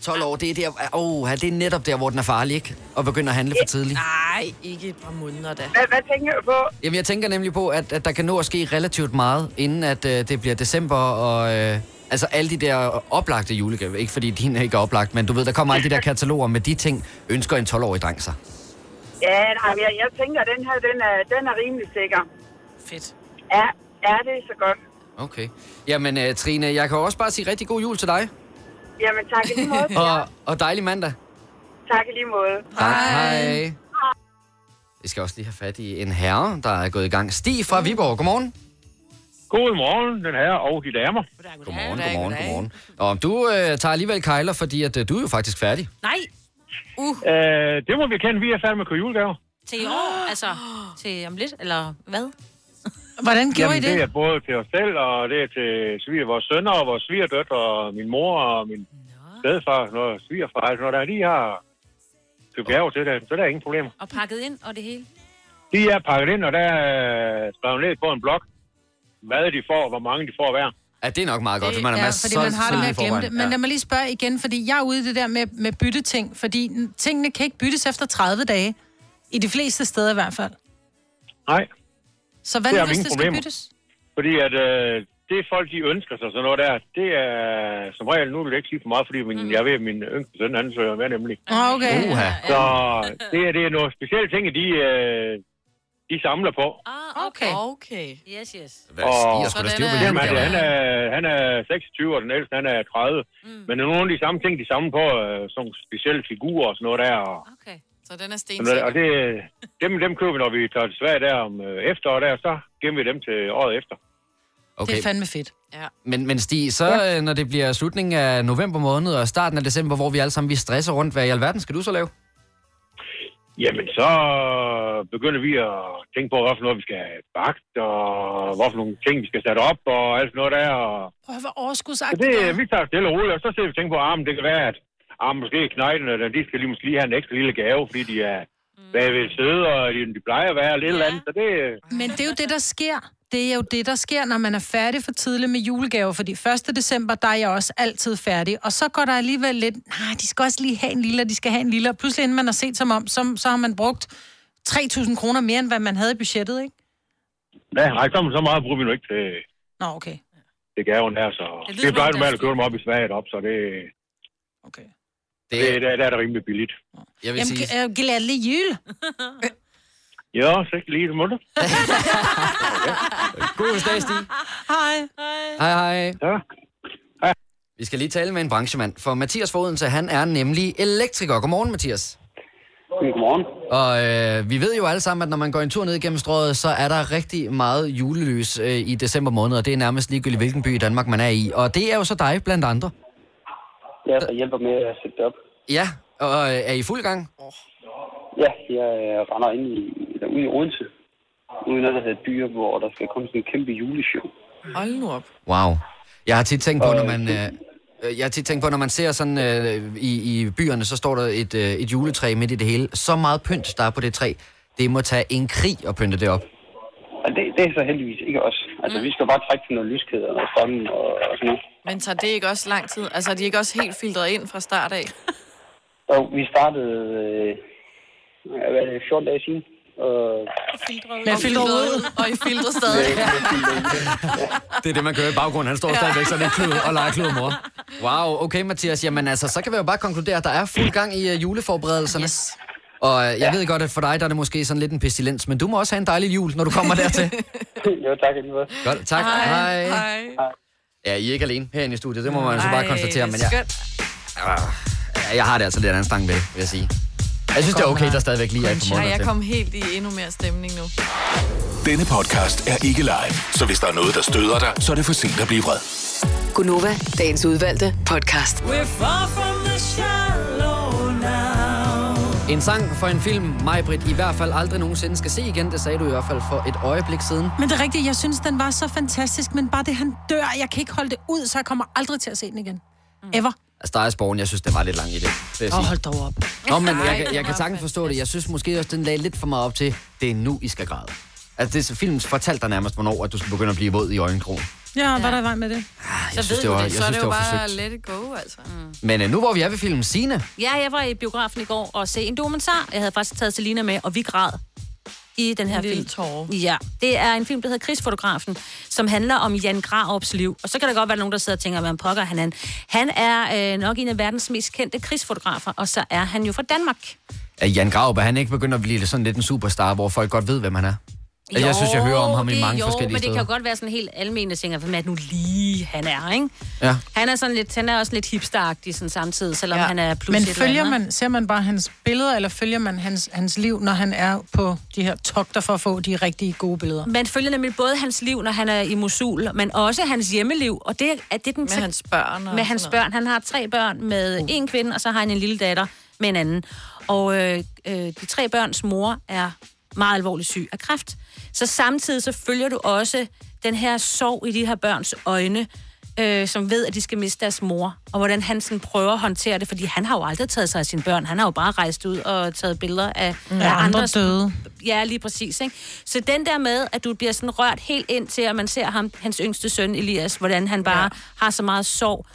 A: 12 år, det er, der, oh, det er netop der, hvor den er farlig, ikke? Og begynder at handle for tidligt.
B: Nej, ikke et par måneder da.
T: Hvad, hvad tænker du på?
A: Jamen, jeg tænker nemlig på, at, at der kan nå at ske relativt meget, inden at øh, det bliver december, og øh, altså alle de der oplagte julegaver. Ikke fordi din ikke er oplagt, men du ved, der kommer alle de der kataloger med de ting, ønsker en 12-årig dreng sig.
T: Ja, nej, men jeg, jeg tænker, at den her, den er, den er rimelig sikker.
D: Fedt.
T: Ja, ja, det er så godt.
A: Okay. Jamen, øh, Trine, jeg kan jo også bare sige rigtig god jul til dig.
T: Jamen, tak i lige måde.
A: og, og dejlig mandag.
T: tak i lige måde.
A: Tak. Hej. Vi skal også lige have fat i en herre, der er gået i gang. Stig fra Viborg, godmorgen.
U: Godmorgen, den her og de damer.
A: Godmorgen, godmorgen, godmorgen. Og du øh, tager alligevel kejler, fordi at, øh, du er jo faktisk færdig.
C: Nej. Uh,
U: Øh, det må vi kende, vi er færdige med at købe julegaver.
C: til i år, altså til om lidt, eller hvad?
D: Hvordan gjorde
U: Jamen,
D: I det?
U: det er både til os selv, og det er til sviger, vores sønner og vores svigerdøtre, og min mor og min stedfar, når svigerfar, altså, når der lige har købt gaver til det, så der er ingen problemer.
C: Og pakket ind og det hele?
U: De er pakket ind, og der er skrevet ned på en blok, hvad de får, hvor mange de får hver.
A: Ja, det er nok meget godt, for man er
D: ja,
A: masser
D: fordi man har det med
A: tidlig i
D: at glemme
A: forvejen.
D: det. Men lad mig lige spørge igen, fordi jeg er ude i det der med, med bytteting, fordi n- tingene kan ikke byttes efter 30 dage. I de fleste steder i hvert fald.
U: Nej.
D: Så hvad
U: Det
D: nu,
U: har vi
D: hvis
U: ingen
D: det skal
U: problemer.
D: byttes?
U: Fordi at øh, det folk, de ønsker sig sådan noget der, det er som regel, nu vil jeg ikke sige for meget, fordi min, jeg ved, at min yngste søn, han søger med nemlig.
D: Åh, Mhm. Ah, okay.
U: Så det, er- det er nogle specielle ting, de, øh, de samler på.
C: Ah, okay.
B: Okay.
C: Yes, yes.
U: Og
C: Sådan
U: Jamen, han, er, han, er, han er 26, og den ældste, han er 30. Mm. Men det er nogle af de samme ting, de samler på, øh, sådan nogle specielle figurer og sådan noget der. Og,
B: Okay. Så den er
U: sådan noget, der.
B: stensikker.
U: og det, dem, dem køber vi, når vi tager til Sverige der om øh, efteråret der, så gemmer vi dem til året efter.
A: Okay. Det er
D: fandme fedt.
B: Ja.
A: Men, men Stig, så ja. når det bliver slutningen af november måned og starten af december, hvor vi alle sammen vi stresser rundt, hvad i alverden skal du så lave?
U: Jamen, så begynder vi at tænke på, hvad for noget vi skal have bagt, og hvad for nogle ting vi skal sætte op, og alt sådan noget der. Og,
D: Prøv at være
U: Så
D: overskudsagtig.
U: det, vi tager stille og roligt, og så ser vi tænke på armen. Det kan være, at armen måske er knejten, eller de skal lige måske lige have en ekstra lille gave, fordi de er bagved søde, og de, de plejer at være lidt eller andet. Så det,
D: Men det er jo det, der sker. Det er jo det, der sker, når man er færdig for tidligt med julegaver, fordi 1. december, der er jeg også altid færdig. Og så går der alligevel lidt, nej, de skal også lige have en lille, og de skal have en lille. Og pludselig, inden man har set som om, så, så har man brugt 3.000 kroner mere, end hvad man havde i budgettet, ikke?
U: ja, nej, så, så meget bruger vi nu ikke til,
D: Nå, okay.
U: til gaven her, så
D: Det
U: det,
D: lyder
U: det plejer
D: som om,
U: normalt
D: der
U: at købe dem op i Sverige op, så det...
D: Okay.
U: Det, det, der, der er det rimelig billigt.
D: øh,
A: Jeg
D: Jamen, sige... glædelig jul.
U: Ja, så ikke lige i måned.
A: God dag, Stig.
D: Hej.
A: Hej, hej.
U: Ja.
A: Vi skal lige tale med en branchemand, for Mathias Fodense, han er nemlig elektriker. Godmorgen, Mathias.
H: Godmorgen.
A: Og øh, vi ved jo alle sammen, at når man går en tur ned igennem strøget, så er der rigtig meget julelys øh, i december måned, og det er nærmest ligegyldigt, hvilken by i Danmark man er i. Og det er jo så dig, blandt andre.
H: Jeg er der hjælper med at sætte det op.
A: Ja, og øh, er I i fuld gang?
H: Ja, jeg øh, render ind i, eller ude i Odense. Ude i noget, der hedder Dyre, hvor der skal komme sådan en kæmpe juleshow.
B: Hold nu op.
A: Wow. Jeg har tit tænkt på, når man... Øh, øh, jeg har tit tænkt på, når man ser sådan øh, i, i byerne, så står der et, øh, et juletræ midt i det hele. Så meget pynt, der er på det træ. Det må tage en krig at pynte det op.
H: Og det, det er så heldigvis ikke os. Altså, mm. vi skal bare trække til noget lyskæder og strømmen og, og sådan noget.
B: Men tager det ikke også lang tid? Altså, er de ikke også helt filtreret ind fra start af?
H: Og vi startede, øh, ja, hvad er det, 14 dage siden. Og
D: Med filtre ud.
B: Og I filtrer stadig.
A: Det er det, man gør i baggrunden. Han står stadigvæk sådan lidt klud og leger klud og mor. Wow, okay Mathias. Jamen altså, så kan vi jo bare konkludere, at der er fuld gang i øh, juleforberedelserne. Yes. Og øh, jeg ja. ved godt, at for dig der er det måske sådan lidt en pestilens, men du må også have en dejlig jul, når du kommer dertil.
H: jo, tak alligevel.
A: Godt, tak. Hej. Hej. Ja, I er ikke alene herinde i studiet, det må man altså bare konstatere. Men jeg, Ah, ja, jeg har det altså lidt af en stang ved, vil jeg sige. Jeg synes, det er okay, der stadigvæk lige er et par
B: Ej,
A: måneder
B: jeg
A: til.
B: kom helt i endnu mere stemning nu.
F: Denne podcast er ikke live, så hvis der er noget, der støder dig, så er det for sent at blive vred.
E: Gunova, dagens udvalgte podcast.
A: En sang for en film, Majbrit i hvert fald aldrig nogensinde skal se igen. Det sagde du i hvert fald for et øjeblik siden.
D: Men det er rigtigt, jeg synes, den var så fantastisk, men bare det, han dør, jeg kan ikke holde det ud, så jeg kommer aldrig til at se den igen. Ever.
A: Altså, der er sporgen, jeg synes, det var lidt lang i det. vil jeg
D: Åh,
A: sige.
D: hold dog op.
A: Nå, men jeg, jeg, jeg kan sagtens forstå det. Jeg synes måske også, den lagde lidt for meget op til, det er nu, I skal græde. Altså, det, er- filmen fortalte dig nærmest, hvornår at du skulle begynde at blive våd i øjenkrogen.
D: Ja, hvad der i vej med det?
A: Ah, jeg synes, det var- jeg
B: så er
A: synes,
B: det
A: det
B: jo
A: var
B: bare
A: forsøgt.
B: let it go, altså. Mm.
A: Men øh, nu hvor vi er ved filmen Sine,
C: Ja, jeg var i biografen i går og se en dokumentar. Jeg havde faktisk taget Selina med, og vi græd i den her
B: En lille
C: film. Tårer. Ja, det er en film, der hedder Krigsfotografen, som handler om Jan Graups liv. Og så kan der godt være nogen, der sidder og tænker, hvad pokker han er. Han er øh, nok en af verdens mest kendte krigsfotografer, og så er han jo fra Danmark.
A: er Jan Graup, er han ikke begyndt at blive sådan lidt en superstar, hvor folk godt ved, hvem han er? Altså, jeg synes, jeg hører om ham i
C: det-
A: mange
C: jo,
A: forskellige
C: men det
A: steder.
C: kan jo godt være sådan helt almindelige ting, hvem er det nu lige han er, ikke?
A: Ja.
C: Han er, sådan lidt, han er også lidt hipsteragtig sådan samtidig, selvom ja. han er plus
D: Men
C: et eller
D: følger
C: andet.
D: man, ser man bare hans billeder, eller følger man hans, hans liv, når han er på de her togter for at få de rigtige gode billeder?
C: Man følger nemlig både hans liv, når han er i Mosul, men også hans hjemmeliv. Og det er det er den
B: Med hans børn og
C: Med hans
B: sådan noget. Uh.
C: børn. Han har tre børn med en kvinde, og så har han en lille datter med en anden. Og øh, øh, de tre børns mor er meget alvorligt syg af kræft. Så samtidig så følger du også den her sorg i de her børns øjne, øh, som ved, at de skal miste deres mor, og hvordan han sådan prøver at håndtere det, fordi han har jo aldrig taget sig af sine børn. Han har jo bare rejst ud og taget billeder af,
D: Mm. Ja,
C: af
D: andre
C: andres
D: døde.
C: Ja, lige præcis. Ikke? Så den der med, at du bliver sådan rørt helt ind til, at man ser ham, hans yngste søn Elias, hvordan han bare ja. har så meget sorg.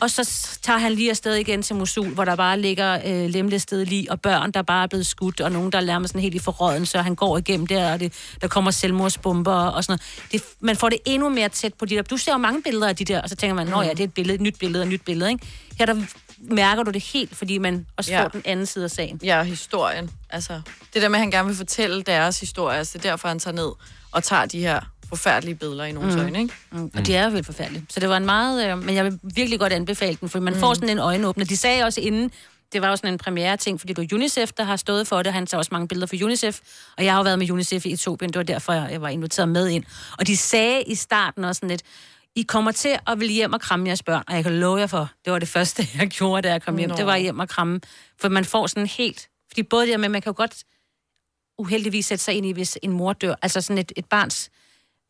C: Og så s- tager han lige afsted igen til Mosul, hvor der bare ligger øh, lemlæstede lige, og børn, der bare er blevet skudt, og nogen, der lærer mig sådan helt i forråden, så han går igennem der, og det, der kommer selvmordsbomber og sådan noget. Det, man får det endnu mere tæt på de der. Du ser jo mange billeder af de der, og så tænker man, nå ja, det er et billede, et nyt billede, et nyt billede, ikke? Her der mærker du det helt, fordi man også ja.
B: Ja.
C: får den anden side af sagen.
B: Ja, historien. Altså, det der med, at han gerne vil fortælle deres historie, altså, det er derfor, han tager ned og tager de her forfærdelige billeder i nogle mm.
C: Mm.
B: øjne, ikke?
C: Mm. Og de er jo helt forfærdelige. Så det var en meget... Øh, men jeg vil virkelig godt anbefale den, for man mm. får sådan en øjenåbner. De sagde også inden, det var jo sådan en premiere-ting, fordi det var UNICEF, der har stået for det. Han tager også mange billeder for UNICEF. Og jeg har jo været med UNICEF i Etiopien, det var derfor, jeg jeg var inviteret med ind. Og de sagde i starten også sådan lidt, I kommer til at vil hjem og kramme jeres børn, og jeg kan love jer for, det var det første, jeg gjorde, da jeg kom hjem.
B: Nå.
C: Det var hjem og kramme. For man får sådan helt... Fordi både det der med, at man kan jo godt uheldigvis sætte sig ind i, hvis en mor dør. Altså sådan et, et barns...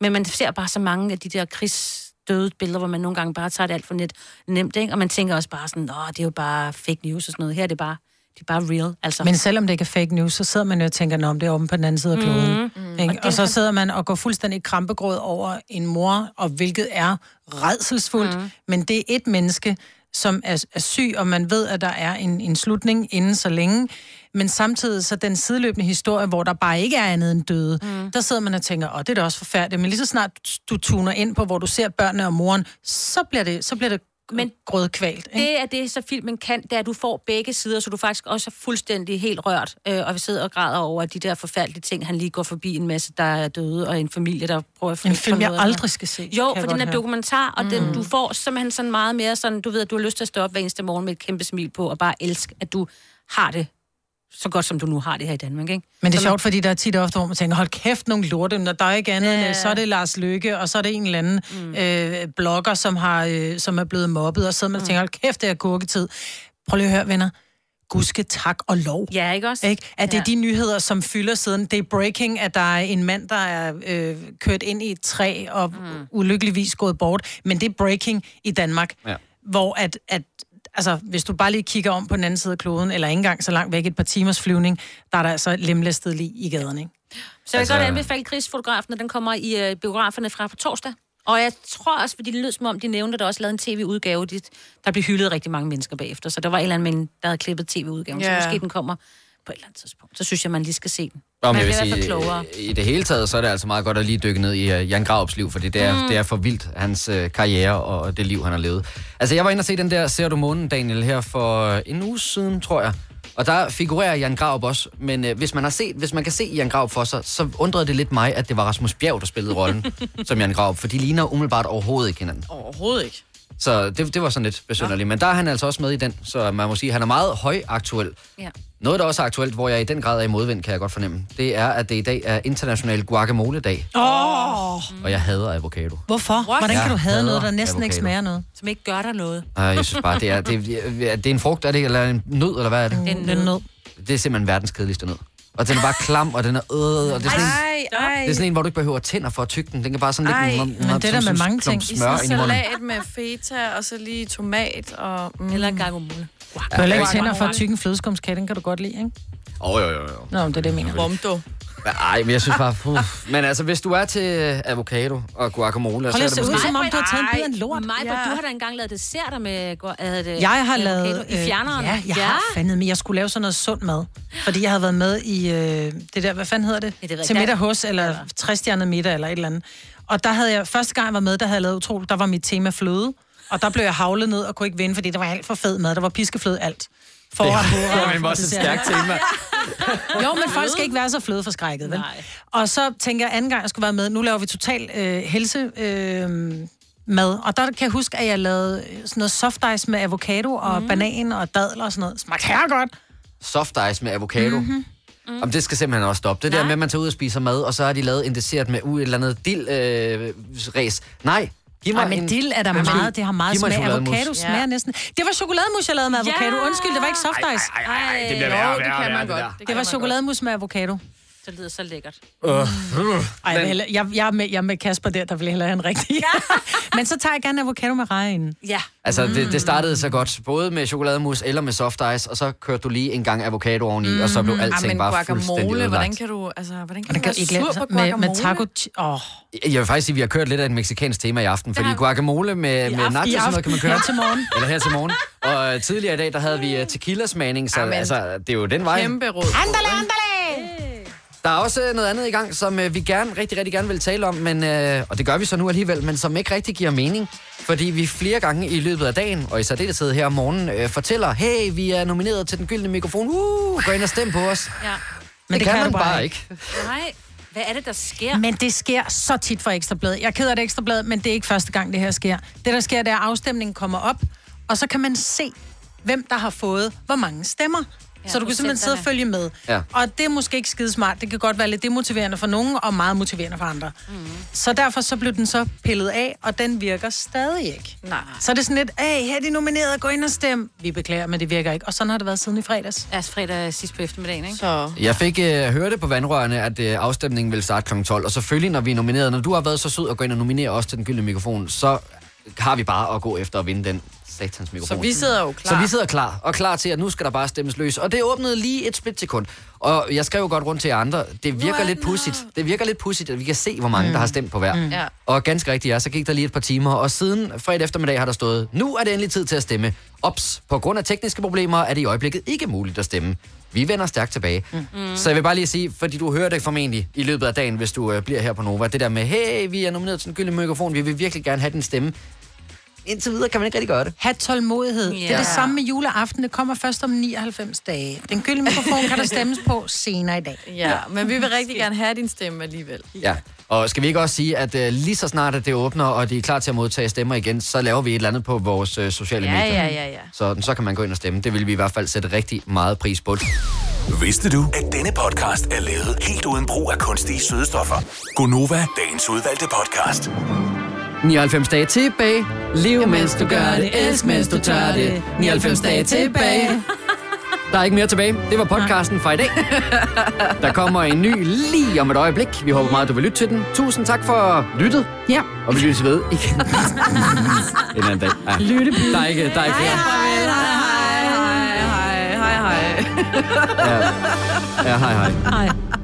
C: Men man ser bare så mange af de der krigsdøde billeder, hvor man nogle gange bare tager det alt for net, nemt, ikke? Og man tænker også bare sådan, åh, det er jo bare fake news og sådan noget. Her er det bare, det er bare real, altså.
D: Men selvom det ikke er fake news, så sidder man jo og tænker, nå, om det er omme på den anden side af kloden.
C: Mhm.
D: Mm.
C: Og
D: Og,
C: det-
D: og så sidder man og går fuldstændig krampegråd over en mor, og hvilket er redselsfuldt.
C: Mhm.
D: Mm. Men det er et menneske, som er, er syg, og man ved, at der er en, en slutning inden så længe. Men samtidig så den sideløbende historie, hvor der bare ikke er andet end døde, mm. der sidder man og tænker, åh, det er da også forfærdeligt. Men lige så snart du tuner ind på, hvor du ser børnene og moren, så bliver det, så bliver det
C: Men
D: grødkvalt. Ikke?
C: Det er det, så filmen kan, det er, at du får begge sider, så du faktisk også er fuldstændig helt rørt, øh, og sidder og græder over de der forfærdelige ting, han lige går forbi en masse, der er døde, og en familie, der prøver at
D: En
C: flygte
D: film,
C: fra
D: jeg
C: noget.
D: aldrig skal se.
C: Jo,
D: kan
C: for
D: jeg godt
C: den er
D: høre.
C: dokumentar, og den,
D: Mm.
C: du får simpelthen sådan meget mere sådan, du ved, at du har lyst til at stå op hver eneste morgen med et kæmpe smil på, og bare elske, at du har det så godt, som du nu har det her i Danmark, ikke?
D: Men det er
C: Så man-
D: sjovt, fordi der er tit og ofte, hvor man tænker, hold kæft, nogle lorte, når der er ikke andet,
C: Ja.
D: yeah. øh, så er det Lars Lykke, og så er det en eller anden mm. øh, blogger, som, har, øh, som er blevet mobbet, og så sidder
C: Mm.
D: man og tænker, hold kæft, det er gurketid. Prøv lige at høre, venner. Gudske tak og lov.
C: Ja, ikke også?
D: Ikke? At det er
C: Ja.
D: de nyheder, som fylder siden. Det er breaking, at der er en mand, der er øh, kørt ind i et træ og mm. ulykkeligvis gået bort. Men det er breaking i Danmark,
A: Ja.
D: hvor at, at altså, hvis du bare lige kigger om på den anden side af kloden, eller ikke engang så langt væk, et par timers flyvning, der er der altså lemlæstet lige i gaderne, ikke?
C: Så jeg altså... kan godt anbefale krigsfotografen, når den kommer i øh, biograferne fra på torsdag. Og jeg tror også, fordi det lød som om, de nævnte, at der også lavede en tv-udgave. De, der blev hyldet rigtig mange mennesker bagefter, så der var en eller anden, men der havde klippet tv-udgaven.
B: Ja.
C: Yeah. Så måske den kommer på et eller andet tidspunkt. Så synes jeg, man lige skal se den.
A: Nå, men
C: man
A: jeg vil
C: bliver i hvert fald
A: sige,
C: klogere.
A: øh, i det hele taget, så er det altså meget godt at lige dykke ned i øh, Jan Graups liv, for det er,
C: Mm.
A: mm. det er for vildt, hans øh, karriere og det liv, han har levet. Altså, jeg var inde og se den der Ser du månen, Daniel, her for øh, en uge siden, tror jeg. Og der figurerer Jan Graup også, men øh, hvis, man har set, hvis man kan se Jan Graup for sig, så undrede det lidt mig, at det var Rasmus Bjerg, der spillede rollen som Jan Graup, for de ligner umiddelbart overhovedet ikke hinanden.
B: Overhovedet ikke.
A: Så det, det var sådan lidt besynderligt. Men der er han altså også med i den, så man må sige, at han er meget højaktuel.
C: Ja.
A: Noget, der også er aktuelt, hvor jeg i den grad er i modvind, kan jeg godt fornemme, det er, at det i dag er International Guacamole-dag,
D: Åh! Oh.
A: og jeg hader avocado.
D: Hvorfor?
A: What?
D: Hvordan kan du
A: Jeg
D: have noget, der
A: hader
D: næsten ikke
A: avocado.
D: smager noget?
C: Som ikke gør dig noget.
A: Ej, jeg synes bare, det er, det, er, det er en frugt, er det, eller en nød, eller hvad er det?
C: Den er nød.
A: Det er simpelthen verdens kedeligste nød. Og den er bare klam, og den er øh, og det er sådan en,
B: Ej, ej.
A: det er sådan en, hvor du ikke behøver tænder for at tykke den. Den kan bare sådan lidt...
B: Ej,
A: mm,
B: men
A: mm,
D: det er
A: som
D: der med
A: sådan
D: mange
A: en klump
D: ting.
A: Smør
B: Så
A: ind i munden.
B: salat med feta, og så lige tomat, og... Mm.
C: Eller guacamole.
D: Du har heller ikke tænder for at tykke en flødeskumskage, den kan du godt lide, ikke?
A: Åh, oh, jo, jo, jo.
D: Nå, men det er det, jeg mener.
B: Romdo.
A: Men Ej, men jeg synes bare... Puh. Men altså, hvis du er til avocado og guacamole...
D: Prøv lige at
A: så
D: se
A: er det
D: ud,
A: måske-
D: som om du har taget en bid af en
C: lort. Mig, ja.
D: Ja.
C: du har da engang lavet desserter med gu- øh, det-
D: Jeg har
C: avocado
D: lavet...
C: I fjerneren.
D: Øh, ja, jeg ja. har fandet men Jeg skulle lave sådan noget sund mad. Fordi jeg havde været med i øh, det der, hvad fanden hedder det?
C: ved jeg
D: Til
C: ikke.
D: middag hos, eller 60 middag, eller et eller andet. Og der havde jeg, første gang jeg var med, der havde jeg lavet utroligt, der var mit tema fløde. Og der blev jeg havlet ned og kunne ikke vinde, fordi det var alt for fed mad. Der var piskefløde alt. Forret, hovedret,
A: Det var også et
D: dessert.
A: stærkt tema.
D: Jo, men folk skal ikke være så flødeforskrækket, vel? Og så tænker jeg, anden gang jeg skulle være med, nu laver vi total øh, helse... Øh, mad. Og der kan jeg huske, at jeg lavede øh, sådan noget soft ice med avocado og mm. banan og dadler og sådan noget. Smagte her godt.
A: Soft ice med avocado.
D: Mhm.
A: Mm-hmm. Mm. Om det skal simpelthen også stoppe. Det Nej. der med, at man tager ud og spiser mad, og så har de lavet en dessert med u et eller andet dill øh, ræs. Nej, giv mig
D: Ej, men
A: en...
D: dill er der
A: Undskyld,
D: meget, det har meget
A: giv mig
D: smag.
A: en chokolademus.
D: Avocado smager næsten. Det var chokolademus, jeg lavede med avocado.
C: Ja!
D: Undskyld, det var ikke soft ice.
A: Ej, ej, ej, det bliver værre og værre og værre, det der.
D: Det, det var chokolademus med avocado.
C: Det lyder så lækkert.
I: Mhm.
D: Ej, jeg, vil hellere- jeg, jeg, er med, jeg er med Kasper der, der vil hellere have en rigtig. Ja. men så tager jeg gerne avocado med regn.
C: Ja.
A: Altså, det,
D: Mm.
A: det startede så godt, både med chokolademus eller med soft ice, og så kørte du lige en gang avocado oveni, mm. og så blev alting
B: men
A: bare fuldstændig
B: guacamole,
A: ødelagt.
B: hvordan kan du, altså, hvordan kan,
D: Hvordan kan
B: du
D: du ikke
B: være
D: lave
B: sur på
D: så- med-
B: guacamole?
D: med taco Oh.
A: Jeg vil faktisk sige, at vi har kørt lidt af et meksikansk tema i aften, fordi guacamole med, med
D: aften-
A: nachos,
D: i
A: sådan
D: aften.
A: noget kan man køre.
D: Her til morgen.
A: Eller her til morgen. Og øh, tidligere i dag, der havde vi øh, tequila-smagning, så altså, det er jo den vej.
B: Kæmpe råd.
D: Andale, andale!
A: Der er også øh, noget andet i gang, som øh, vi gerne, rigtig, rigtig gerne vil tale om, men, øh, og det gør vi så nu alligevel, men som ikke rigtig giver mening, fordi vi flere gange i løbet af dagen, og i særdeleshed her om morgenen, øh, fortæller, hey, vi er nomineret til den gyldne mikrofon, uh, gå ind og stem på os.
C: Ja.
A: Men det, det kan, man bare ikke.
C: Nej, hvad er det, der sker?
D: Men det sker så tit for Ekstrabladet. Jeg er ked af det Ekstrabladet, men det er ikke første gang, det her sker. Det, der sker, det er, at afstemningen kommer op, og så kan man se, hvem der har fået hvor mange stemmer.
I: Ja,
D: Ja, så du kan simpelthen sidde og følge med.
I: Ja.
D: Og det er måske ikke skide smart. Det kan godt være lidt demotiverende for nogen, og meget motiverende for andre. Mm.
C: Mhm.
D: Så derfor så blev den så pillet af, og den virker stadig ikke.
B: Nej.
D: Så er det sådan lidt, hey, her er de nomineret, gå ind og stem. Vi beklager, men det virker ikke. Og sådan har det været siden i fredags.
C: Altså fredag sidst på eftermiddagen, ikke?
B: Så.
A: Jeg fik øh, høre det på vandrørene, at øh, afstemningen ville starte kl. 12, og selvfølgelig, når vi er nomineret, når du har været så sød at gå ind og nominere os til den gyldne mikrofon, så har vi bare at gå efter at vinde den satans mikrofon.
B: Så vi sidder jo klar.
A: Så vi sidder klar, og klar til, at nu skal der bare stemmes løs. Og det åbnede lige et splitsekund. Og jeg skrev jo godt rundt til jer andre, det virker lidt pudsigt. Det virker lidt pudsigt, at vi kan se, hvor mange, mm. der har stemt på hver. Mm.
B: Ja.
A: Og ganske rigtigt, ja, så gik der lige et par timer, og siden fredag eftermiddag har der stået, nu er det endelig tid til at stemme. Ops, på grund af tekniske problemer er det i øjeblikket ikke muligt at stemme. Vi vender stærkt tilbage. Mm. Så jeg vil bare lige sige, fordi du hører det formentlig i løbet af dagen, hvis du øh, bliver her på Nova, det der med, hey, vi er nomineret til den gyldne mikrofon, vi vil virkelig gerne have din stemme. indtil videre kan man ikke rigtig gøre det.
D: Ha' tålmodighed. Det er
A: Ja.
D: det samme med juleaften. Det kommer først om 99 dage. Den gyldne mikrofon kan der stemmes på senere i dag.
B: Ja, men vi vil rigtig gerne have din stemme alligevel.
A: Ja. Og skal vi ikke også sige, at øh, lige så snart at det åbner, og de er klar til at modtage stemmer igen, så laver vi et eller andet på vores øh, sociale
B: Ja,
A: medier.
B: ja, ja, ja.
A: Så, så kan man gå ind og stemme. Det vil vi i hvert fald sætte rigtig meget pris på.
F: Vidste du, at denne podcast er lavet helt uden brug af kunstige sødestoffer?
A: Gunova,
F: Dagens udvalgte podcast.
A: 99 dage tilbage. Lev, mens du gør det. Elsk, mens du tør det. 99 dage tilbage. Der er ikke mere tilbage. Det var podcasten fra i dag. Der kommer en ny lige om et øjeblik. Vi håber meget, du vil lytte til den. Tusind tak for lyttet. Ja. Og vi lyttes ved igen en anden dag. Ja.
J: Lyttepil.
A: Der er ikke, der er ikke flere.
B: Hej, hej, hej, hej, hej.
A: Ja, hej hej.
C: Hej.